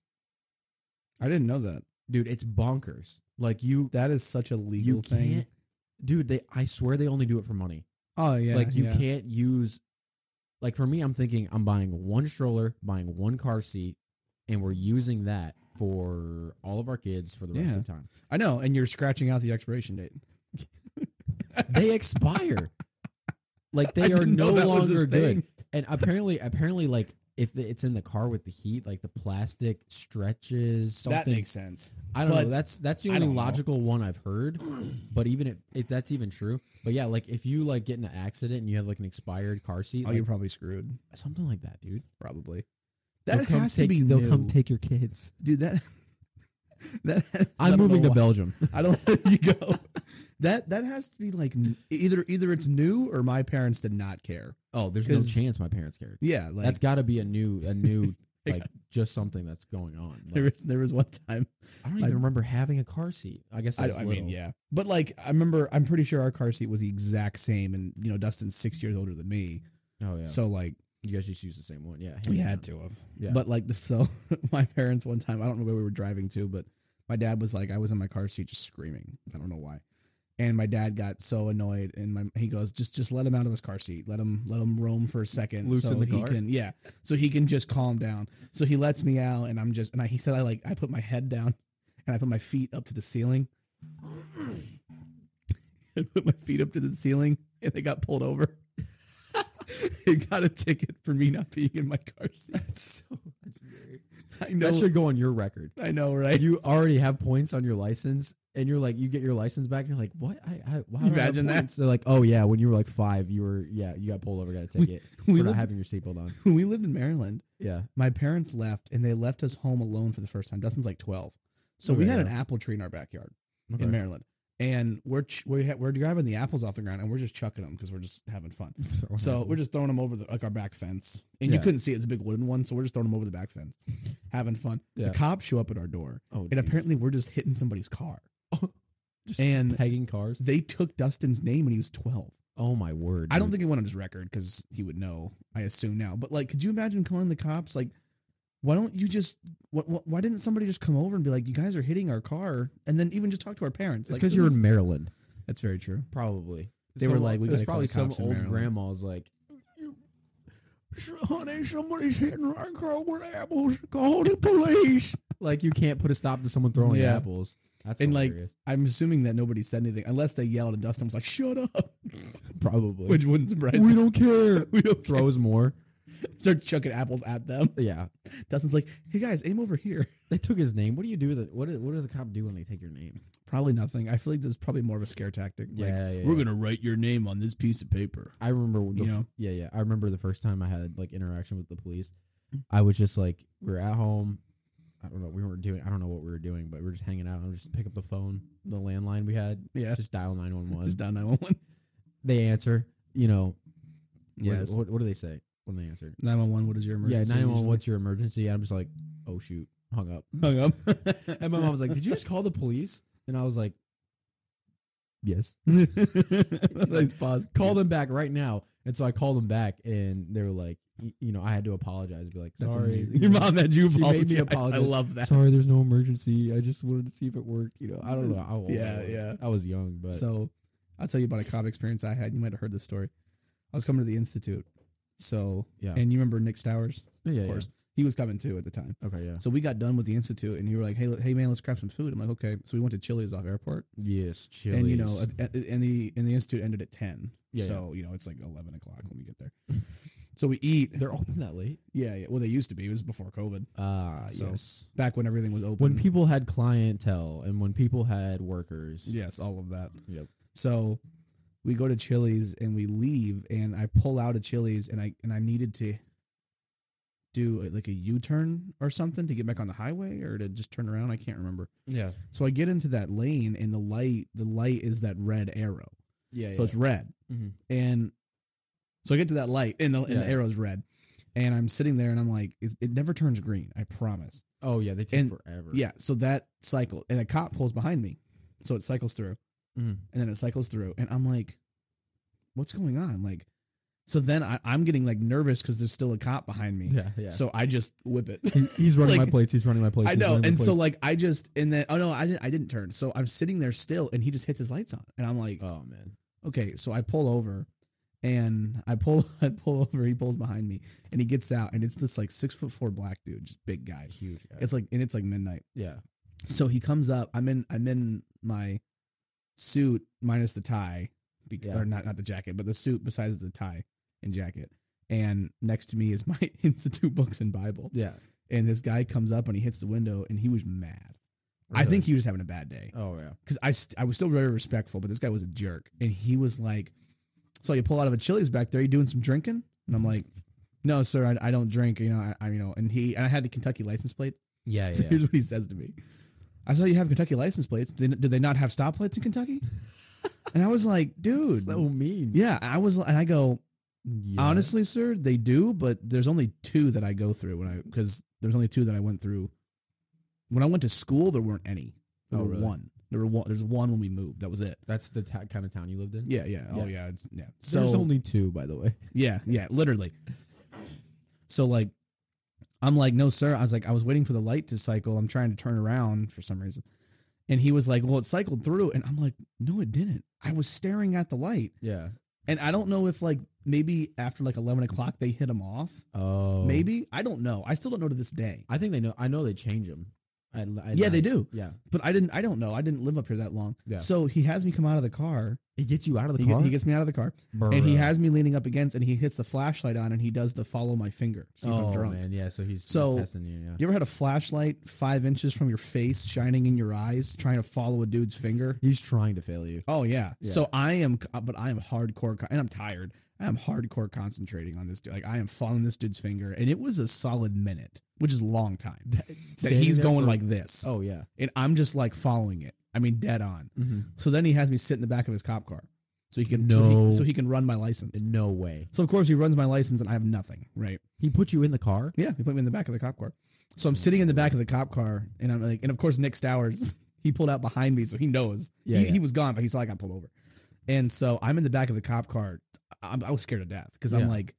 S1: I didn't know that.
S2: Dude, it's bonkers. Like you
S1: That is such a legal
S2: you
S1: thing.
S2: can't dude, they I swear they only do it for money.
S1: oh yeah.
S2: like you
S1: yeah.
S2: can't use like for me i'm thinking i'm buying one stroller buying one car seat and we're using that for all of our kids for the rest of the time
S1: I know, and you're scratching out the expiration date.
S2: they expire like
S1: I
S2: they are
S1: didn't
S2: no
S1: know that was a
S2: longer good
S1: thing.
S2: and apparently apparently like if it's in the car with the heat like the plastic stretches something
S1: That makes sense.
S2: i don't know
S1: but
S2: that's that's the
S1: I
S2: only
S1: don't know.
S2: logical one i've heard but even if, if that's even true but yeah like if you like get in an accident and you have like an expired car seat
S1: Oh,
S2: like,
S1: you're probably screwed.
S2: something like that dude
S1: Probably.
S2: They'll
S1: That
S2: come
S1: has to
S2: take-
S1: be
S2: They'll
S1: new.
S2: come take your kids.
S1: dude. That. that I
S2: I'm
S1: don't know
S2: moving to
S1: why.
S2: Belgium.
S1: I don't. There you go. That that has to be like n- either either it's new or my parents did not care.
S2: Oh, there's no
S1: 'Cause-
S2: chance my parents cared.
S1: Yeah, like
S2: that's got to be a new, a new,
S1: Yeah.
S2: like just something that's going on.
S1: there
S2: Like,
S1: was there was one time.
S2: I don't
S1: my-
S2: even remember having a car seat. I guess I,
S1: I,
S2: was
S1: I mean,
S2: little.
S1: yeah, but like I remember, I'm pretty sure our car seat was the exact same, and you know Dustin's six years older than me,
S2: Oh yeah. So
S1: so like
S2: you guys just use the same one. Yeah.
S1: we
S2: hand
S1: had
S2: down.
S1: to have.
S2: Yeah.
S1: But like the, so, my parents one time, I don't know where we were driving to, but my dad was like, I was in my car seat just screaming. I don't know why. And my dad got so annoyed, and my he goes, just just let him out of his car seat, let him let him roam for a second,
S2: Loosen
S1: so
S2: the
S1: he
S2: car?
S1: can yeah, so he can just calm down. So he lets me out, and I'm just and I, he said I like I put my head down, and I put my feet up to the ceiling. I put my feet up to the ceiling, and they got pulled over. they got a ticket for me not being in my car seat.
S2: That's so
S1: I know.
S2: That should go on your record.
S1: I know, right?
S2: You already have points on your license, and you're like, you get your license back, and you're like, what? I, I why do I have
S1: Imagine that.
S2: points? They're like, oh yeah, when you were like five, you were yeah, you got pulled over, got a ticket
S1: we
S2: for not
S1: lived-
S2: having your seatbelt on.
S1: When we lived in Maryland,
S2: Yeah.
S1: my parents left and they left us home alone for the first time. Dustin's like 12. So we
S2: Okay,
S1: had
S2: yeah.
S1: an apple tree in our backyard
S2: Okay.
S1: in Maryland. And we're ch- we ha- we're grabbing the apples off the ground and we're just chucking them because we're just having fun. So we're just throwing them over the like our back fence, and you
S2: Yeah.
S1: couldn't see it, it's a big wooden one. So we're just throwing them over the back fence, having fun.
S2: Yeah.
S1: The cops show up at our door,
S2: oh,
S1: and
S2: geez.
S1: apparently we're just hitting somebody's car.
S2: Just
S1: and
S2: pegging cars.
S1: they took Dustin's name, and he was twelve.
S2: Oh my word!
S1: I don't
S2: dude.
S1: think it went on his record because he would know. I assume now, but like, could you imagine calling the cops? Like, why don't you just? What, what, why didn't somebody just come over and be like, "You guys are hitting our car," and then even just talk to our parents?
S2: it's
S1: Like,
S2: because
S1: it
S2: you're
S1: was-
S2: in Maryland.
S1: That's very true.
S2: Probably
S1: They were like, we
S2: there's
S1: gotta call
S2: probably
S1: the
S2: some
S1: cops in
S2: old
S1: Maryland.
S2: grandma's like, honey, somebody's hitting our car with apples. Call the police. like you can't put a stop to someone throwing
S1: Yeah.
S2: apples. That's
S1: And, like,
S2: hilarious.
S1: I'm assuming that nobody said anything unless they yelled, and Dustin was like, "Shut up,"
S2: probably.
S1: which wouldn't surprise
S2: we
S1: me.
S2: don't care.
S1: We don't throw.
S2: Throws more.
S1: Start chucking apples at them.
S2: Yeah,
S1: Dustin's like, "Hey guys, aim over here."
S2: they took his name. What do you do with it? What, do- what does a cop do when they take your name?
S1: Probably nothing. I feel like this is probably more of a scare tactic. Like,
S2: yeah, yeah,
S1: we're
S2: yeah.
S1: gonna write your name on this piece of paper.
S2: I remember, the
S1: You
S2: f-
S1: know?
S2: yeah, yeah. I remember the first time I had like interaction with the police.
S1: Mm.
S2: I was just like, we were at home. I don't know. We weren't doing. I don't know what we were doing, but we were just hanging out. and just pick up the phone, the landline we had.
S1: Yeah.
S2: Just dial nine one one.
S1: Just down nine one one.
S2: They answer. You know.
S1: Yes.
S2: What, what, what do they say when they answer?
S1: Nine one one. What is your
S2: Yeah,
S1: emergency?
S2: nine one one.
S1: usually?
S2: What's your emergency? And I'm just like, oh shoot, hung up.
S1: hung up.
S2: and my mom was like, did you just call the police? And I was like, yes.
S1: Let's pause.
S2: call them back right now. And so I called them back, and they were like, y- you know, I had to apologize, be like,
S1: That's
S2: sorry,
S1: amazing. Your mom had you
S2: She
S1: apologize.
S2: made me
S1: I
S2: apologize.
S1: love that.
S2: sorry, there's no emergency. I just wanted to see if it worked. You know, I don't know. How old I
S1: Yeah,
S2: was.
S1: yeah.
S2: I was young, but
S1: So I'll tell you about a cop experience I had. You might have heard this story. I was coming to the institute. So
S2: yeah,
S1: and you remember Nick Stowers?
S2: yeah, yeah,
S1: Of course. He was coming too at the time.
S2: yeah. Okay, yeah,
S1: So we got done with the institute, and you were like, "Hey, hey, man, let's grab some food." I'm like, "Okay." So we went to Chili's off airport,
S2: yes, chili,
S1: and you know, at- at- and the and the institute ended at ten.
S2: Yeah,
S1: so you know, it's like eleven o'clock when we get there. so we eat.
S2: they're open that late.
S1: Yeah, yeah. Well, they used to be. It was before COVID.
S2: Ah,
S1: So, mm.
S2: yes.
S1: Back when everything was open.
S2: When people had clientele and when people had workers,
S1: Yes, all of that.
S2: Yep.
S1: So we go to Chili's and we leave, and I pull out of Chili's, and I and I needed to do uh, like a U turn or something to get back on the highway or to just turn around. I can't remember.
S2: yeah,
S1: So I get into that lane, and the light the light is that red arrow,
S2: yeah,
S1: so it's red,
S2: Mhm.
S1: and so I get to that light, and the, and
S2: Yeah.
S1: the arrow's red, and I'm sitting there, and I'm like, it, it never turns green. I promise.
S2: oh yeah, they take
S1: and-
S2: forever.
S1: Yeah. So that cycle, and a cop pulls behind me, so it cycles through
S2: Mhm.
S1: and then it cycles through and i'm like what's going on like so then I, i'm getting like nervous because there's still a cop behind me
S2: yeah, yeah.
S1: so i just whip it
S2: He- he's running
S1: Like-
S2: my plates. He's running my plates.
S1: i
S2: he's
S1: know
S2: running my
S1: and so
S2: plates.
S1: like i just and then oh no i didn't i didn't turn so i'm sitting there still and he just hits his lights on and i'm like
S2: oh man,
S1: okay so i pull over and i pull i pull over he pulls behind me and he gets out and it's this like six foot four black dude just big guy
S2: huge. guy.
S1: it's like and it's like midnight
S2: yeah,
S1: so he comes up. I'm in I'm in my suit minus the tie, bec-
S2: Yeah.
S1: or not not the jacket, but the suit besides the tie and jacket. And next to me is my institute books and Bible.
S2: yeah.
S1: And this guy comes up and he hits the window and he was mad. I think he was having a bad day
S2: Oh yeah.
S1: because I st- I was still very respectful, but this guy was a jerk, and he was like, "So you pull out of a Chili's back there? You doing some drinking?" And I'm like, "No, sir, I, I don't drink. You know, I, I you know." And he and I had the Kentucky license plate.
S2: Yeah,
S1: So here's what he says to me. I saw you have Kentucky license plates. Did, did they not have stoplights in Kentucky? And I was like, dude.
S2: mean.
S1: yeah, I was and I go,
S2: Yeah.
S1: honestly, sir, they do, but there's only two that I go through when I because there's only two that I went through. When I went to school, there weren't any. There
S2: Oh,
S1: were
S2: really?
S1: one. There were one there's one when we moved. That was it.
S2: that's the ta- kind of town you lived in.
S1: Yeah, yeah. Oh
S2: Yeah.
S1: yeah. It's yeah. So
S2: there's only two, by the way.
S1: Yeah, yeah, literally. So like, I'm like, no, sir. I was like, I was waiting for the light to cycle. I'm trying to turn around for some reason, and he was like, well, it cycled through, and I'm like, no, it didn't. I was staring at the light,
S2: Yeah.
S1: and I don't know if like maybe after like eleven o'clock they hit him off.
S2: Oh,
S1: Maybe I don't know. I still don't know to this day.
S2: I think they know. I know they change them. I, I,
S1: yeah, they do,
S2: Yeah,
S1: but I didn't. I don't know. I didn't live up here that long.
S2: Yeah.
S1: So he has me come out of the car.
S2: he gets you out of the
S1: He,
S2: car.
S1: get- he gets me out of the car, and he has me leaning up against, and he hits the flashlight on, and he does the follow my finger. See if
S2: oh
S1: I'm drunk.
S2: man, yeah. So he's
S1: So-
S2: he's testing you. Yeah.
S1: You ever had a flashlight five inches from your face shining in your eyes, trying to follow a dude's finger?
S2: He's trying to fail you.
S1: Oh yeah.
S2: Yeah.
S1: So I am, uh, but I am hardcore, con- and I'm tired. I am hardcore concentrating on this dude. Like I am following this dude's finger, and it was a solid minute, which is a long time. That,
S2: Standing
S1: he's
S2: there
S1: going
S2: for-
S1: like this,
S2: Oh yeah.
S1: and I'm just like following it. I mean, dead on.
S2: Mhm.
S1: So then he has me sit in the back of his cop car, so he can so he-
S2: No.
S1: so he can run my license.
S2: No way.
S1: So of course he runs my license, and I have nothing. Right.
S2: He put you in the car.
S1: Yeah, he put me in the back of the cop car. So I'm sitting in the back of the cop car, and I'm like, and of course Nick Stowers, he pulled out behind me, so he knows.
S2: Yeah,
S1: he,
S2: yeah.
S1: he was gone, but he saw I got pulled over, and so I'm in the back of the cop car. I'm, I was scared to death because
S2: Yeah.
S1: I'm like,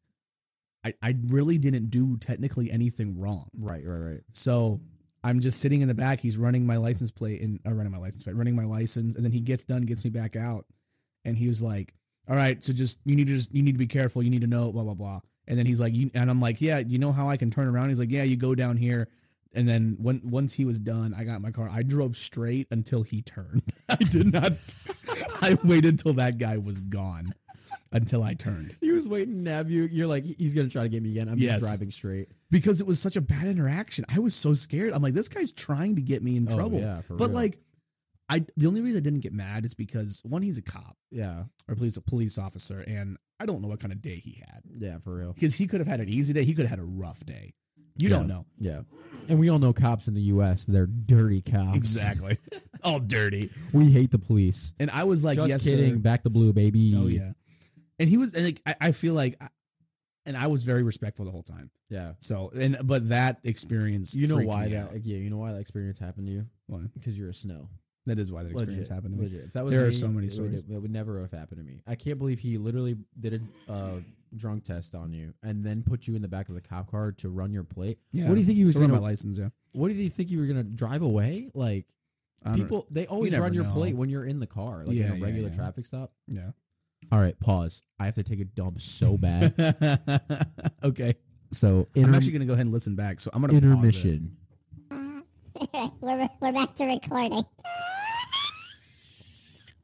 S1: I I really didn't do technically anything wrong.
S2: Right. Right. Right.
S1: So I'm just sitting in the back. He's running my license plate and uh, running my license plate, running my license, and then he gets done, gets me back out, and he was like, "All right, so just you need to just you need to be careful. You need to know blah blah blah." And then he's like, you, and I'm like, "Yeah, you know how I can turn around?" He's like, "Yeah, you go down here." And then when, once he was done, I got in my car. I drove straight until he turned. I did not. I waited till that guy was gone, until I turned
S2: He was waiting to have you. You're like, he's gonna try to get me again. I'm
S1: Yes.
S2: just driving straight.
S1: because it was such a bad interaction. I was so scared. I'm like, this guy's trying to get me in
S2: Oh,
S1: trouble.
S2: yeah, for
S1: but
S2: real.
S1: like, I the only reason I didn't get mad is because one, he's a cop
S2: Yeah,
S1: or police a police officer, and I don't know what kind of day he had
S2: yeah, for real.
S1: because he could have had an easy day, he could have had a rough day. You don't know
S2: Yeah, and we all know cops in the U.S. They're dirty cops.
S1: exactly, all dirty.
S2: We hate the police.
S1: And I was like,
S2: Just
S1: yes,
S2: kidding.
S1: sir.
S2: Back the blue, baby.
S1: Oh yeah, and he was and like I, I feel like, I, and I was very respectful the whole time.
S2: yeah.
S1: So and but that experience,
S2: You know
S1: freaked
S2: why
S1: me
S2: that?
S1: out.
S2: like, yeah, you know why that experience happened to you?
S1: Why?
S2: Because you're a snow.
S1: that is why that experience
S2: Legit,
S1: happened. To me.
S2: legit. If that was
S1: There are
S2: me,
S1: so many
S2: it would-
S1: stories.
S2: It would, never have happened to me. I can't believe he literally did a uh, drunk test on you and then put you in the back of the cop car to run your plate.
S1: Yeah.
S2: What do you think he was
S1: To run my
S2: gonna?
S1: license? Yeah,
S2: What did he think you were gonna drive away? Like
S1: I don't-
S2: people, they always
S1: never
S2: run your
S1: know.
S2: plate when you're in the car, like
S1: Yeah,
S2: in a
S1: yeah,
S2: regular
S1: yeah.
S2: traffic stop.
S1: Yeah.
S2: All right, pause. I have to take a dump so bad.
S1: okay.
S2: so
S1: I'm
S2: interm-
S1: actually gonna go ahead and listen back. So I'm gonna pause it.
S2: intermission.
S4: we're, we're back to recording.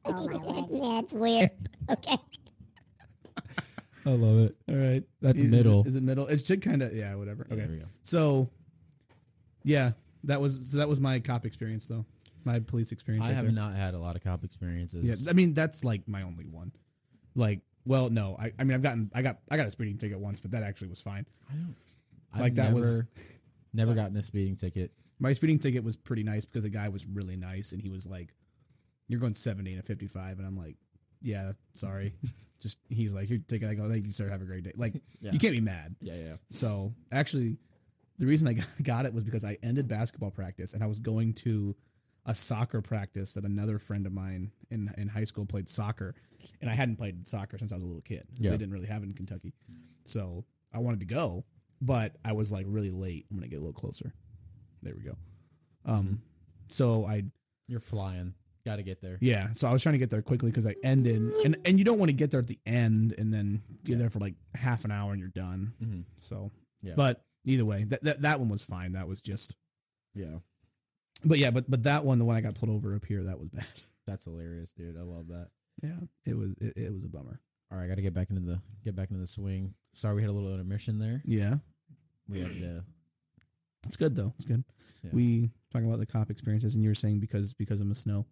S4: oh my word. Yeah, it's weird. Okay.
S2: I love it.
S1: All right,
S2: That's
S1: Is it-
S2: middle.
S1: Is it middle? It should kind of yeah, whatever.
S2: There we
S1: Okay,
S2: go.
S1: so yeah, that was so that was my cop experience though, my police experience.
S2: I
S1: right
S2: have
S1: there.
S2: not had a lot of cop experiences.
S1: Yeah, I mean that's like my only one. Like, well, no, I, I mean I've gotten I got I got a speeding ticket once, but that actually was fine.
S2: I don't
S1: Like,
S2: I've
S1: that was-
S2: never- never gotten a speeding ticket.
S1: My speeding ticket was pretty nice because the guy was really nice and he was like, "You're going 70 and a 55," and I'm like, "Yeah, sorry." Just he's like, "You're taking." I go, "Thank you, sir. Have a great day." Like,
S2: Yeah.
S1: you can't be mad.
S2: Yeah, yeah.
S1: So actually, the reason I got it was because I ended basketball practice and I was going to a soccer practice that another friend of mine in, in high school played soccer, and I hadn't played soccer since I was a little kid.
S2: Yeah.
S1: They didn't really have it in Kentucky, so I wanted to go, but I was like really late. I'm gonna get a little closer. There we go. Um, so I
S2: You're flying. Got to get there.
S1: yeah, so I was trying to get there quickly because I ended, and and you don't want to get there at the end and then you're there for like half an hour and you're done.
S2: Mhm.
S1: So,
S2: Yeah.
S1: but either way, that, that that one was fine. That was just,
S2: Yeah,
S1: but yeah, but but that one, the one I got pulled over up here, that was bad.
S2: that's hilarious, dude. I love that.
S1: Yeah, it was it, it was a bummer.
S2: All right, I got to get back into the get back into the swing. Sorry, we had a little intermission there.
S1: Yeah,
S2: We had to.
S1: it's good though. It's good.
S2: Yeah.
S1: We talking about the cop experiences, and you were saying because because I'm a snow,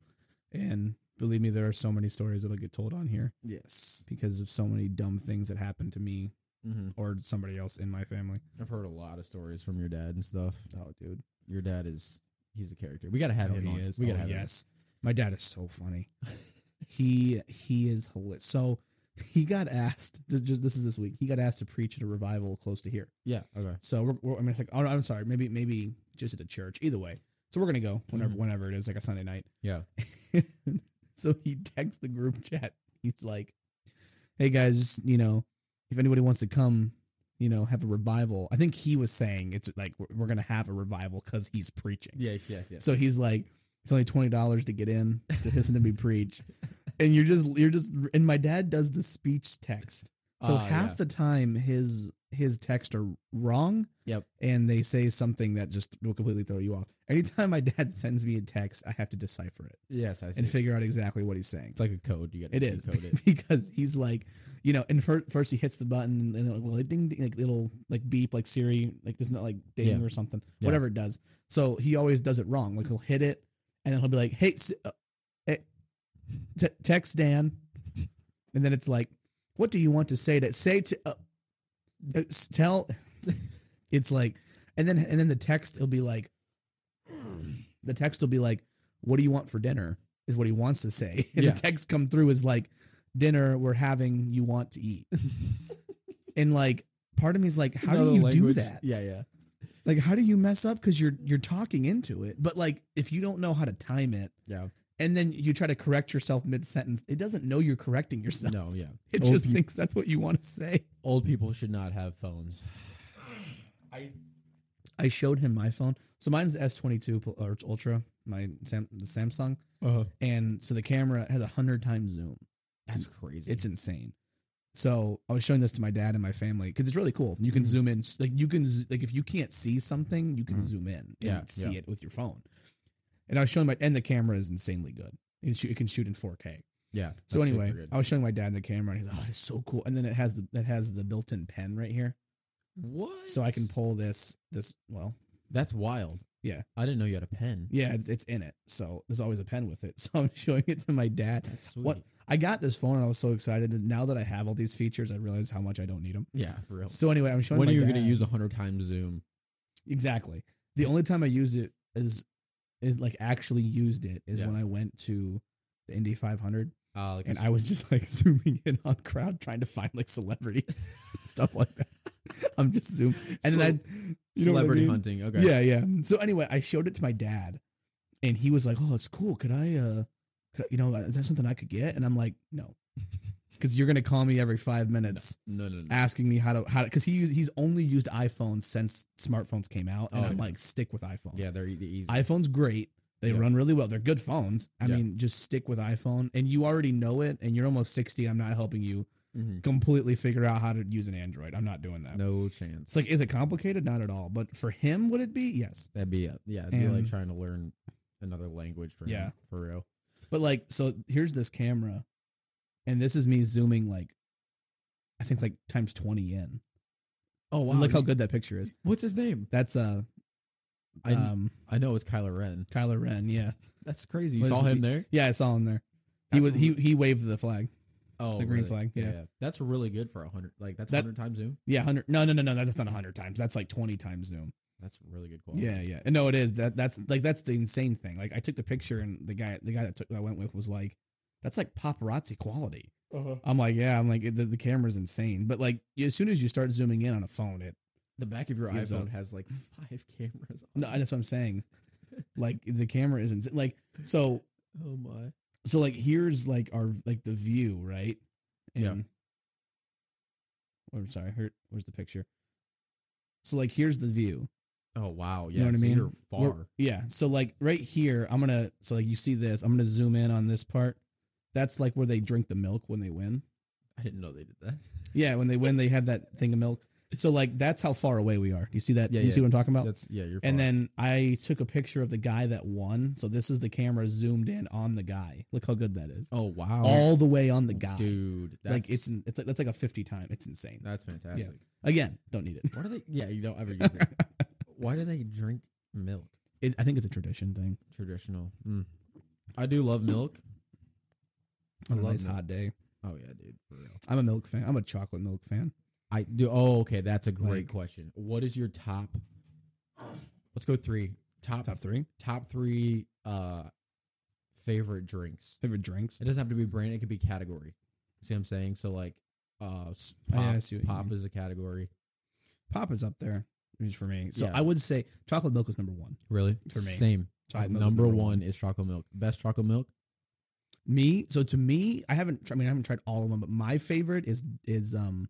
S1: and believe me, there are so many stories that'll get told on here
S2: Yes,
S1: because of so many dumb things that happened to me
S2: hmm
S1: or somebody else in my family.
S2: I've heard a lot of stories from your dad and stuff.
S1: Oh, dude.
S2: Your dad is he's a character. We got to have
S1: Oh,
S2: him on.
S1: he is.
S2: We got
S1: Oh,
S2: to have him.
S1: yes. My dad is so funny. he he is hilarious. So he got asked. th- Just this is this week. He got asked to preach at a revival close to here.
S2: Yeah. Okay.
S1: So we're, we're I mean, it's like oh, I'm sorry, maybe maybe just at a church. Either way, so we're gonna go whenever
S2: Mhm.
S1: whenever it is, like a Sunday night.
S2: Yeah.
S1: so he texts the group chat. He's like, "Hey guys, you know, if anybody wants to come." You know, have a revival. I think he was saying it's like we're, we're gonna have a revival because he's preaching.
S2: Yes. Yes. Yes.
S1: So he's like, it's only twenty dollars to get in to listen to me preach, and you're just you're just and my dad does the speech text. So
S2: Ah,
S1: half
S2: yeah.
S1: the time his his texts are wrong.
S2: Yep.
S1: And they say something that just will completely throw you off. Anytime my dad sends me a text, I have to decipher it
S2: yes. I see.
S1: and figure out exactly what he's saying.
S2: it's like a code. You got
S1: It is
S2: Code it.
S1: because he's like, you know, and first, first he hits the button and then like, well, it ding, ding, like it'll like beep like Siri, like doesn't it like ding
S2: Yeah.
S1: or something,
S2: Yeah.
S1: whatever it does. So he always does it wrong. Like he'll hit it and then he'll be like, hey, S- uh, eh, t- text Dan, and then it's like, what do you want to say to say to uh, uh, s- tell? It's like, and then and then the text will be like, the text will be like, what do you want for dinner? Is what he wants to say. And
S2: Yeah.
S1: the text come through is like, dinner we're having, you want to eat. and like, part of me is like, how do
S2: Another
S1: you do
S2: language.
S1: that?
S2: Yeah. Yeah.
S1: Like, how do you mess up? Because you're you're talking into it, but like, if you don't know how to time it,
S2: Yeah.
S1: and then you try to correct yourself mid sentence, it doesn't know you're correcting yourself.
S2: No. Yeah.
S1: It
S2: Old
S1: just
S2: peop-
S1: thinks that's what you want to say.
S2: old people should not have phones.
S1: I showed him my phone. So mine's the S22 pl- or it's Ultra, my Sam, the Samsung.
S2: Uh,
S1: And so the camera has a 100 times zoom.
S2: that's crazy.
S1: It's insane. So I was showing this to my dad and my family because it's really cool. You can
S2: Mm-hmm.
S1: zoom in, like you can z- like if you can't see something, you can
S2: Mhm.
S1: zoom in and
S2: Yeah,
S1: see
S2: yeah.
S1: it with your phone. And I was showing my and the camera is insanely good. It, shoot- it can shoot in 4K.
S2: yeah.
S1: So
S2: that's super
S1: anyway,
S2: good.
S1: I was showing my dad the camera and he's like, "Oh, it's so cool." And then it has the it has the built-in pen right here,
S2: What?
S1: so I can pull this this well
S2: That's wild. I didn't know you had a pen.
S1: Yeah, it's, it's in it. So there's always a pen with it. So I'm showing it to my dad.
S2: That's sweet.
S1: What- I got this phone and I was so excited. And now that I have all these features, I realize how much I don't need them.
S2: Yeah, for real.
S1: So anyway, I'm showing.
S2: Oh. when
S1: my
S2: are you
S1: dad.
S2: going to use a hundred times Zoom?
S1: Exactly. The only time I used it is is like actually used it is
S2: Yeah.
S1: when I went to the Indy 500
S2: Uh, like a
S1: and
S2: s-
S1: I was just like zooming in on crowd trying to find like celebrities stuff like that. I'm just zoom and then I you know what I
S2: celebrity
S1: mean?
S2: hunting. Okay.
S1: Yeah, yeah. So anyway, I showed it to my dad, and he was like, "Oh, it's cool. Could I, uh, could I, you know, is that something I could get?" And I'm like, "No," because you're gonna call me every five minutes
S2: No, no, no.
S1: asking me how to how to because he use- he's only used iPhones since smartphones came out, and
S2: Oh,
S1: I'm
S2: yeah.
S1: like, stick with iPhone.
S2: yeah, they're e- the easy.
S1: iPhone's great. They
S2: Yeah.
S1: run really well. They're good phones. I
S2: Yeah.
S1: mean, just stick with iPhone, and you already know it. And you're almost sixty. I'm not helping you
S2: Mhm.
S1: completely figure out how to use an Android. I'm not doing that.
S2: No chance.
S1: It's like, is it complicated? Not at all. But for him, would it be? Yes.
S2: that'd be it. Yeah, it'd be like
S1: And-
S2: trying to learn another language for
S1: Yeah.
S2: him, for real.
S1: But like, so here's this camera, and this is me zooming like, I think like times twenty in.
S2: Oh
S1: And look how good that picture is.
S2: What's his name?
S1: That's uh,
S2: I kn-
S1: um,
S2: I know it's Kylo Ren.
S1: Kylo Ren. Yeah,
S2: That's crazy. You
S1: What
S2: saw
S1: is
S2: him
S1: he-
S2: there?
S1: yeah, I saw him there. He
S2: That's
S1: was he he waved the flag.
S2: Oh,
S1: the green
S2: really?
S1: flag, yeah.
S2: That's really good for a hundred. Like that's
S1: That-
S2: hundred times Zoom.
S1: Yeah, hundred. No, no, no, no. That's not hundred times. That's like twenty times zoom.
S2: That's really good quality.
S1: Yeah, yeah. And No, it is that. That's like that's the insane thing. Like I took the picture, and the guy the guy that took, I went with was like, that's like paparazzi quality.
S2: Uh-huh.
S1: I'm like, yeah. I'm like, the, the camera's insane. But like, as soon as you start zooming in on a phone, it
S2: The back of your
S1: Gives
S2: iPhone
S1: up.
S2: has like five cameras. On
S1: No,
S2: it.
S1: that's what I'm saying. Like the camera isn't like so.
S2: Oh my.
S1: So like here's like our like the view, right?
S2: Yeah.
S1: Oh, I'm sorry. Here, where's the picture? So like here's the view.
S2: Oh wow.
S1: You
S2: Yeah.
S1: know what I
S2: so
S1: mean?
S2: You're
S1: We're-
S2: far.
S1: yeah. So like right here, I'm gonna. So like you see this, I'm gonna zoom in on this part. That's like where they drink the milk when they win.
S2: I didn't know they did that.
S1: Yeah, when they win, they have that thing of milk. So like that's how far away we are. Do you see that?
S2: Yeah,
S1: you
S2: yeah.
S1: see what I'm talking about?
S2: That's yeah. You're.
S1: Oh. And
S2: far.
S1: then I took a picture of the guy that won. So this is the camera zoomed in on the guy. Look how good that is.
S2: Oh wow.
S1: All the way on the guy.
S2: Dude. That's,
S1: like it's it's like that's like a 50 time. It's insane.
S2: That's fantastic.
S1: Again, don't need it.
S2: Why do they? Yeah, you don't ever use it. Why do they drink milk?
S1: it. I think it's a tradition thing.
S2: Traditional. Mm. I do love milk.
S1: On
S2: I
S1: a
S2: love
S1: nice
S2: milk.
S1: hot day.
S2: Oh yeah, dude, for real.
S1: I'm a milk fan. I'm a chocolate milk fan.
S2: I do. Oh, okay, that's a great
S1: Like-
S2: question. What is your top? Let's go three. Top
S1: Top three
S2: top three uh favorite drinks.
S1: favorite drinks.
S2: It doesn't have to be brand. It could be category. See what I'm saying? So like, uh, s-
S1: Oh, yeah, I
S2: pop,
S1: see what you
S2: pop
S1: mean.
S2: is a category.
S1: Pop is up there at least for me. So
S2: Yeah.
S1: I would say chocolate milk is number one.
S2: Really?
S1: For me.
S2: Same.
S1: Chocolate milk is
S2: Uh, number
S1: number
S2: one is chocolate milk. Best chocolate milk.
S1: Me. So to me, I haven't. I mean, I haven't tried all of them, but my favorite is is um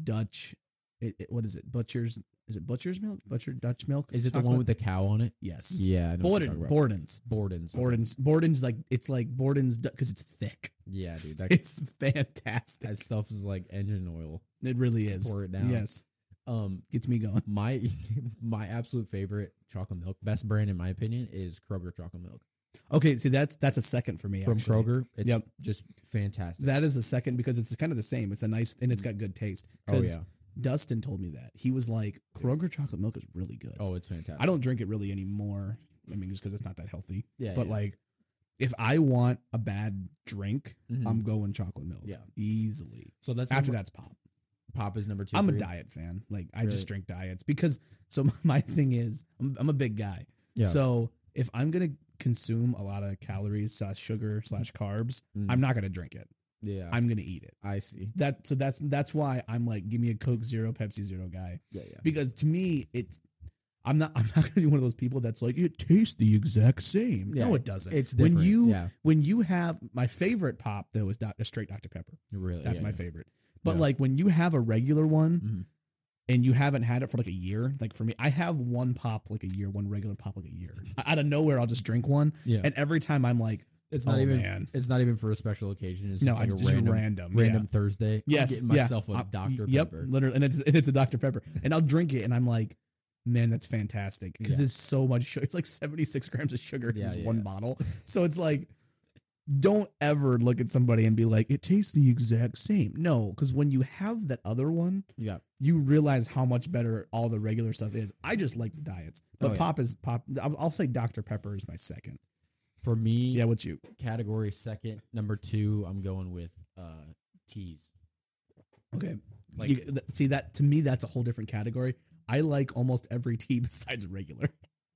S1: Dutch. It, it- what is it? Butcher's. Is it Butcher's milk? Butcher Dutch milk.
S2: Is it the one
S1: chocolate?
S2: with the cow on it?
S1: Yes.
S2: Yeah. I know what you're
S1: Borden.
S2: talking about.
S1: Borden's.
S2: Borden's. okay.
S1: Borden's. Borden's like it's like Borden's because it's thick.
S2: Yeah, dude. That,
S1: It's fantastic.
S2: that stuff is like engine oil.
S1: It really is.
S2: Pour it down.
S1: Yes,
S2: Um,
S1: gets me going.
S2: my my absolute favorite chocolate milk, best brand in my opinion, is Kroger chocolate milk
S1: Okay, see that's that's a second for me
S2: from
S1: actually.
S2: Kroger. It's
S1: Yep.
S2: just fantastic.
S1: That is a second because it's kind of the same. It's a nice and it's got good taste.
S2: Mm. oh
S1: 'Cause
S2: yeah.
S1: Dustin told me that he was like Kroger chocolate milk is really good.
S2: Oh, it's fantastic.
S1: I don't drink it really anymore. I mean, just because it's not that healthy.
S2: Yeah,
S1: but
S2: yeah.
S1: like, if I want a bad drink,
S2: Mhm.
S1: I'm going chocolate milk.
S2: Yeah.
S1: easily.
S2: so that's
S1: After
S2: number-
S1: that's pop.
S2: pop is number 2
S1: I'm
S2: for
S1: a
S2: you?
S1: diet fan. Like I
S2: Really?
S1: just drink diets because so my thing is I'm, I'm a big guy.
S2: Yeah.
S1: So if I'm gonna consume a lot of calories slash sugar slash carbs,
S2: Mm,
S1: I'm not gonna drink it.
S2: yeah.
S1: I'm gonna eat it.
S2: I see.
S1: That so that's that's why I'm like give me a Coke Zero, Pepsi Zero guy
S2: Yeah, yeah.
S1: because to me it's I'm not I'm not gonna be one of those people that's like it tastes the exact same.
S2: Yeah.
S1: No, it doesn't.
S2: It's
S1: when
S2: different,
S1: you
S2: yeah,
S1: when you have my favorite pop though is Dr. Straight Dr Pepper.
S2: really
S1: That's
S2: yeah,
S1: my
S2: yeah.
S1: favorite. But
S2: Yeah.
S1: like when you have a regular one
S2: Mhm.
S1: and you haven't had it for like a year, like for me, I have one pop like a year, one regular pop like a year. Out of nowhere, I'll just drink one,
S2: Yeah,
S1: and every time I'm like,
S2: it's not
S1: oh,
S2: even
S1: man.
S2: it's not even for a special occasion. It's
S1: no,
S2: just like
S1: I'm
S2: a
S1: just
S2: random
S1: random,
S2: random,
S1: yeah.
S2: Thursday.
S1: Yes,
S2: I'm getting myself
S1: yeah.
S2: a
S1: I-
S2: Dr
S1: Yep,
S2: Pepper.
S1: literally, and it's and it's a Dr Pepper, and I'll drink it, and I'm like, man, that's fantastic because
S2: Yeah.
S1: it's so much sugar. It's like 76 grams of sugar in
S2: Yeah,
S1: this
S2: yeah,
S1: one
S2: yeah.
S1: bottle, so it's like. don't ever look at somebody and be like, it tastes the exact same. No, because when you have that other one,
S2: Yeah.
S1: you realize how much better all the regular stuff is. I just like the diets, but
S2: Oh, yeah.
S1: pop is pop. I'll I'll say Dr Pepper is my second.
S2: For me,
S1: Yeah, what's you?
S2: category second, number two, I'm going with uh teas.
S1: Okay,
S2: Like
S1: You- th- see that to me, that's a whole different category. I like almost every tea besides regular.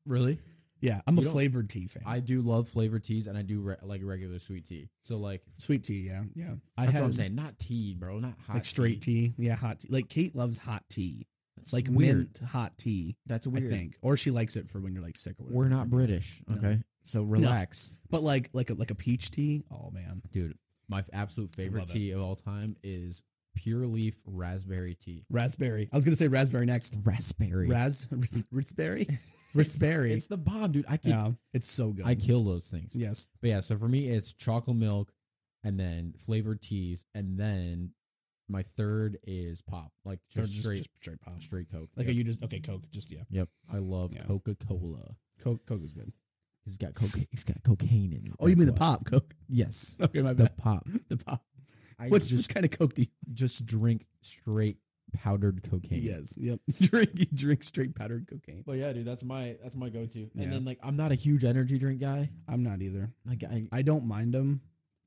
S2: really?
S1: Yeah, I'm
S2: You
S1: a
S2: don't-
S1: flavored tea fan.
S2: I do love flavored teas and I do re- like regular sweet tea. So like
S1: sweet tea. Yeah, yeah. I
S2: that's
S1: had
S2: what I'm saying. Not tea, bro. Not hot.
S1: like straight tea. Yeah, hot tea. Like Kate loves hot tea,
S2: That's
S1: like
S2: weird.
S1: mint hot tea.
S2: That's
S1: I
S2: weird.
S1: think, or she likes it for when you're like sick or whatever.
S2: We're not British,
S1: No.
S2: okay? So relax,
S1: But like like a like a peach tea. Oh man.
S2: dude. My f- absolute favorite
S1: Love it.
S2: tea of all time is pure leaf raspberry tea.
S1: Raspberry. I was gonna say raspberry next.
S2: Raspberry.
S1: Raz raspberry? Raspberry.
S2: It's the bomb, dude. I can
S1: yeah, it's so good.
S2: I kill those things.
S1: yes.
S2: But yeah, so for me, it's chocolate milk and then flavored teas. And then my third is pop, like
S1: Or
S2: just straight,
S1: straight pop.
S2: straight Coke.
S1: Like
S2: yep.
S1: are you just okay, Coke, just yeah.
S2: Yep. I love
S1: Yeah.
S2: Coca Cola.
S1: Coke Coke is good.
S2: It's got cocaine. It's got cocaine in it.
S1: Oh, you mean the
S2: that's why.
S1: pop Coke?
S2: Yes,
S1: Okay, my
S2: the
S1: bad.
S2: pop.
S1: The pop.
S2: I
S1: What's
S2: just
S1: just kind of Coke do you
S2: just drink straight powdered cocaine.
S1: Yes. Yep. drink you drink straight powdered cocaine.
S2: But yeah, dude, that's my that's my go to. And
S1: Yeah.
S2: then like I'm not a huge energy drink guy.
S1: I'm not either.
S2: Like I,
S1: I don't mind them.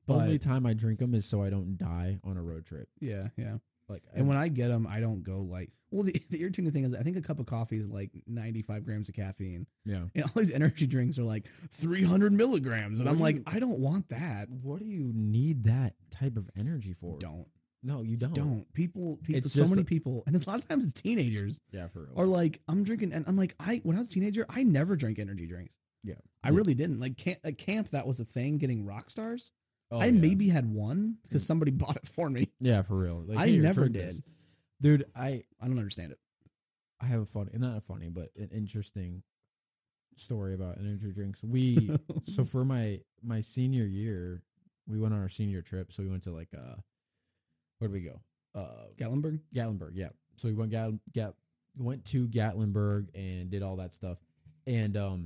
S1: But
S2: only time I drink them is so I don't die on a road trip.
S1: yeah, yeah.
S2: Like
S1: And when I get them, I don't go like. Well, the, the irritating thing is, I think a cup of coffee is like 95 grams of caffeine,
S2: yeah.
S1: and all these energy drinks are like 300 milligrams, and
S2: What
S1: I'm
S2: do
S1: like,
S2: you-
S1: I don't want that.
S2: What do you need that type of energy for?
S1: Don't
S2: No, you don't.
S1: don't people people
S2: It's
S1: so
S2: just-
S1: many people, and a lot of times it's teenagers
S2: Yeah, for real.
S1: are like, I'm drinking, and I'm like, I when I was a teenager, I never drank energy drinks.
S2: Yeah.
S1: I
S2: Yeah.
S1: really didn't like camp. At camp, that was a thing. Getting rock stars,
S2: Oh,
S1: I
S2: yeah. Hmm.
S1: maybe had one because somebody bought it for me.
S2: Yeah, for real. Like,
S1: I
S2: here,
S1: never
S2: drink this.
S1: did.
S2: dude. I
S1: I don't understand it.
S2: I have a funny, not a funny, but an interesting story about energy drinks. We so for my my senior year, we went on our senior trip. So we went to like uh, where did we go? Uh,
S1: Gallenberg.
S2: Gatlinburg, yeah. So we went Gat, Gat went to Gatlinburg and did all that stuff. And um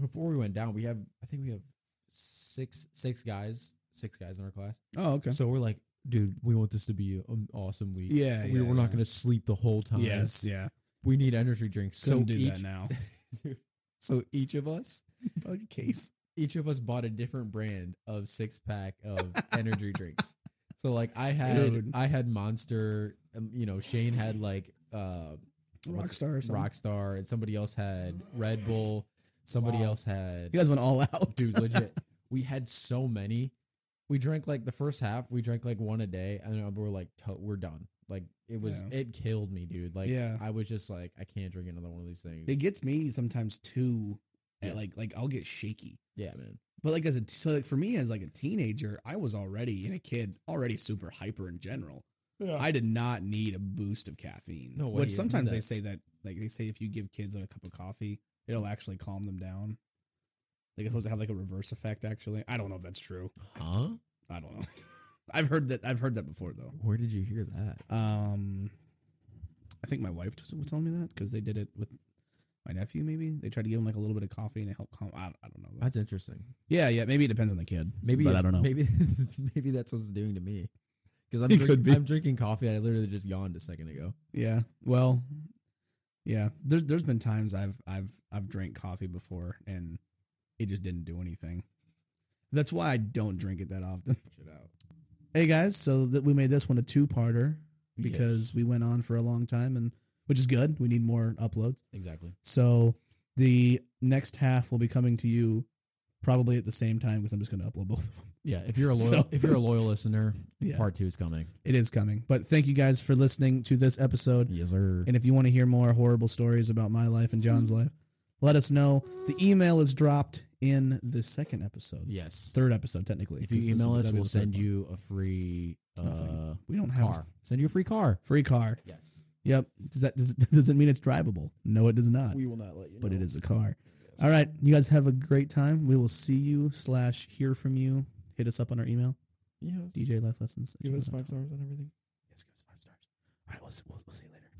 S2: before we went down, we have I think we have six six guys, six guys in our class.
S1: Oh, okay.
S2: So we're like, dude, we want this to be an awesome week.
S1: Yeah,
S2: we,
S1: yeah,
S2: we're not
S1: yeah.
S2: going to sleep the whole time.
S1: Yes, yeah.
S2: we need energy drinks. So
S1: Couldn't do
S2: each,
S1: that now.
S2: so each of us,
S1: Bug case.
S2: each of us bought a different brand of six pack of energy drinks. So like I had
S1: Dude.
S2: I had Monster, um, you know, Shane had like uh
S1: Rock
S2: what's-
S1: star or something.
S2: Rockstar, and somebody else had Red Bull. Somebody
S1: Wow.
S2: else had
S1: You guys went all out.
S2: dude, legit. We had so many. We drank like the first half. We drank like one a day, and then we're like, to- we're done. Like it was,
S1: Yeah.
S2: it killed me, dude. Like
S1: Yeah.
S2: I was just like, I can't drink another one of these things.
S1: It gets me sometimes too.
S2: Yeah.
S1: Like like I'll get shaky.
S2: yeah, man.
S1: But like as a so like for me as like a teenager, I was already and a kid already super hyper in general.
S2: Yeah.
S1: I did not need a boost of caffeine.
S2: No way
S1: Which
S2: you need
S1: sometimes they
S2: that.
S1: say that like they say if you give kids a cup of coffee, it'll actually calm them down. Like it's supposed to have like a reverse effect. Actually, I don't know if that's true.
S2: huh?
S1: I don't know. I've heard that. I've heard that before though.
S2: Where did you hear that?
S1: Um, I think my wife was was telling me that because they did it with my nephew. Maybe they tried to give him like a little bit of coffee and it helped calm. I, I don't know. though.
S2: That's interesting.
S1: yeah, yeah. Maybe it depends on the kid.
S2: Maybe
S1: but I
S2: it's-
S1: don't know.
S2: Maybe maybe that's what's doing to me. Because I'm
S1: It could
S2: drinking,
S1: be.
S2: I'm drinking coffee. And I literally just yawned a second ago.
S1: Yeah. Well. Yeah. There's there's been times I've I've I've drank coffee before and it just didn't do anything. That's why I don't drink it that often.
S2: Shit out.
S1: Hey guys, so that we made this one a two parter because we went on for a long time and which is good. We need more uploads.
S2: Exactly.
S1: So the next half will be coming to you probably at the same time because I'm just going to upload both of them.
S2: Yeah. If you're a loyal,
S1: So-
S2: if you're a loyal listener,
S1: Yeah.
S2: part two is coming.
S1: It is coming. But thank you guys for listening to this episode.
S2: Yes, sir.
S1: And if you want to hear more horrible stories about my life and John's life, let us know. The email is dropped in the second episode.
S2: yes.
S1: Third episode, technically.
S2: If you
S1: 'cause this
S2: email
S1: will-
S2: us,
S1: that'll be
S2: we'll
S1: the third
S2: send
S1: one.
S2: you a free uh,
S1: Nothing. We don't have
S2: car. Send you a free car.
S1: free car.
S2: Yes.
S1: Yep. Does that does, does it mean it's drivable? No, it does not.
S2: will not let you.
S1: but it is a car. All right, you guys have a great time. We will see you slash hear from you. Hit us up on our email,
S2: Yes.
S1: DJ Life Lessons.
S2: Give us five stars on everything.
S1: Yes, give us five stars. All right, we'll, we'll, we'll see you later.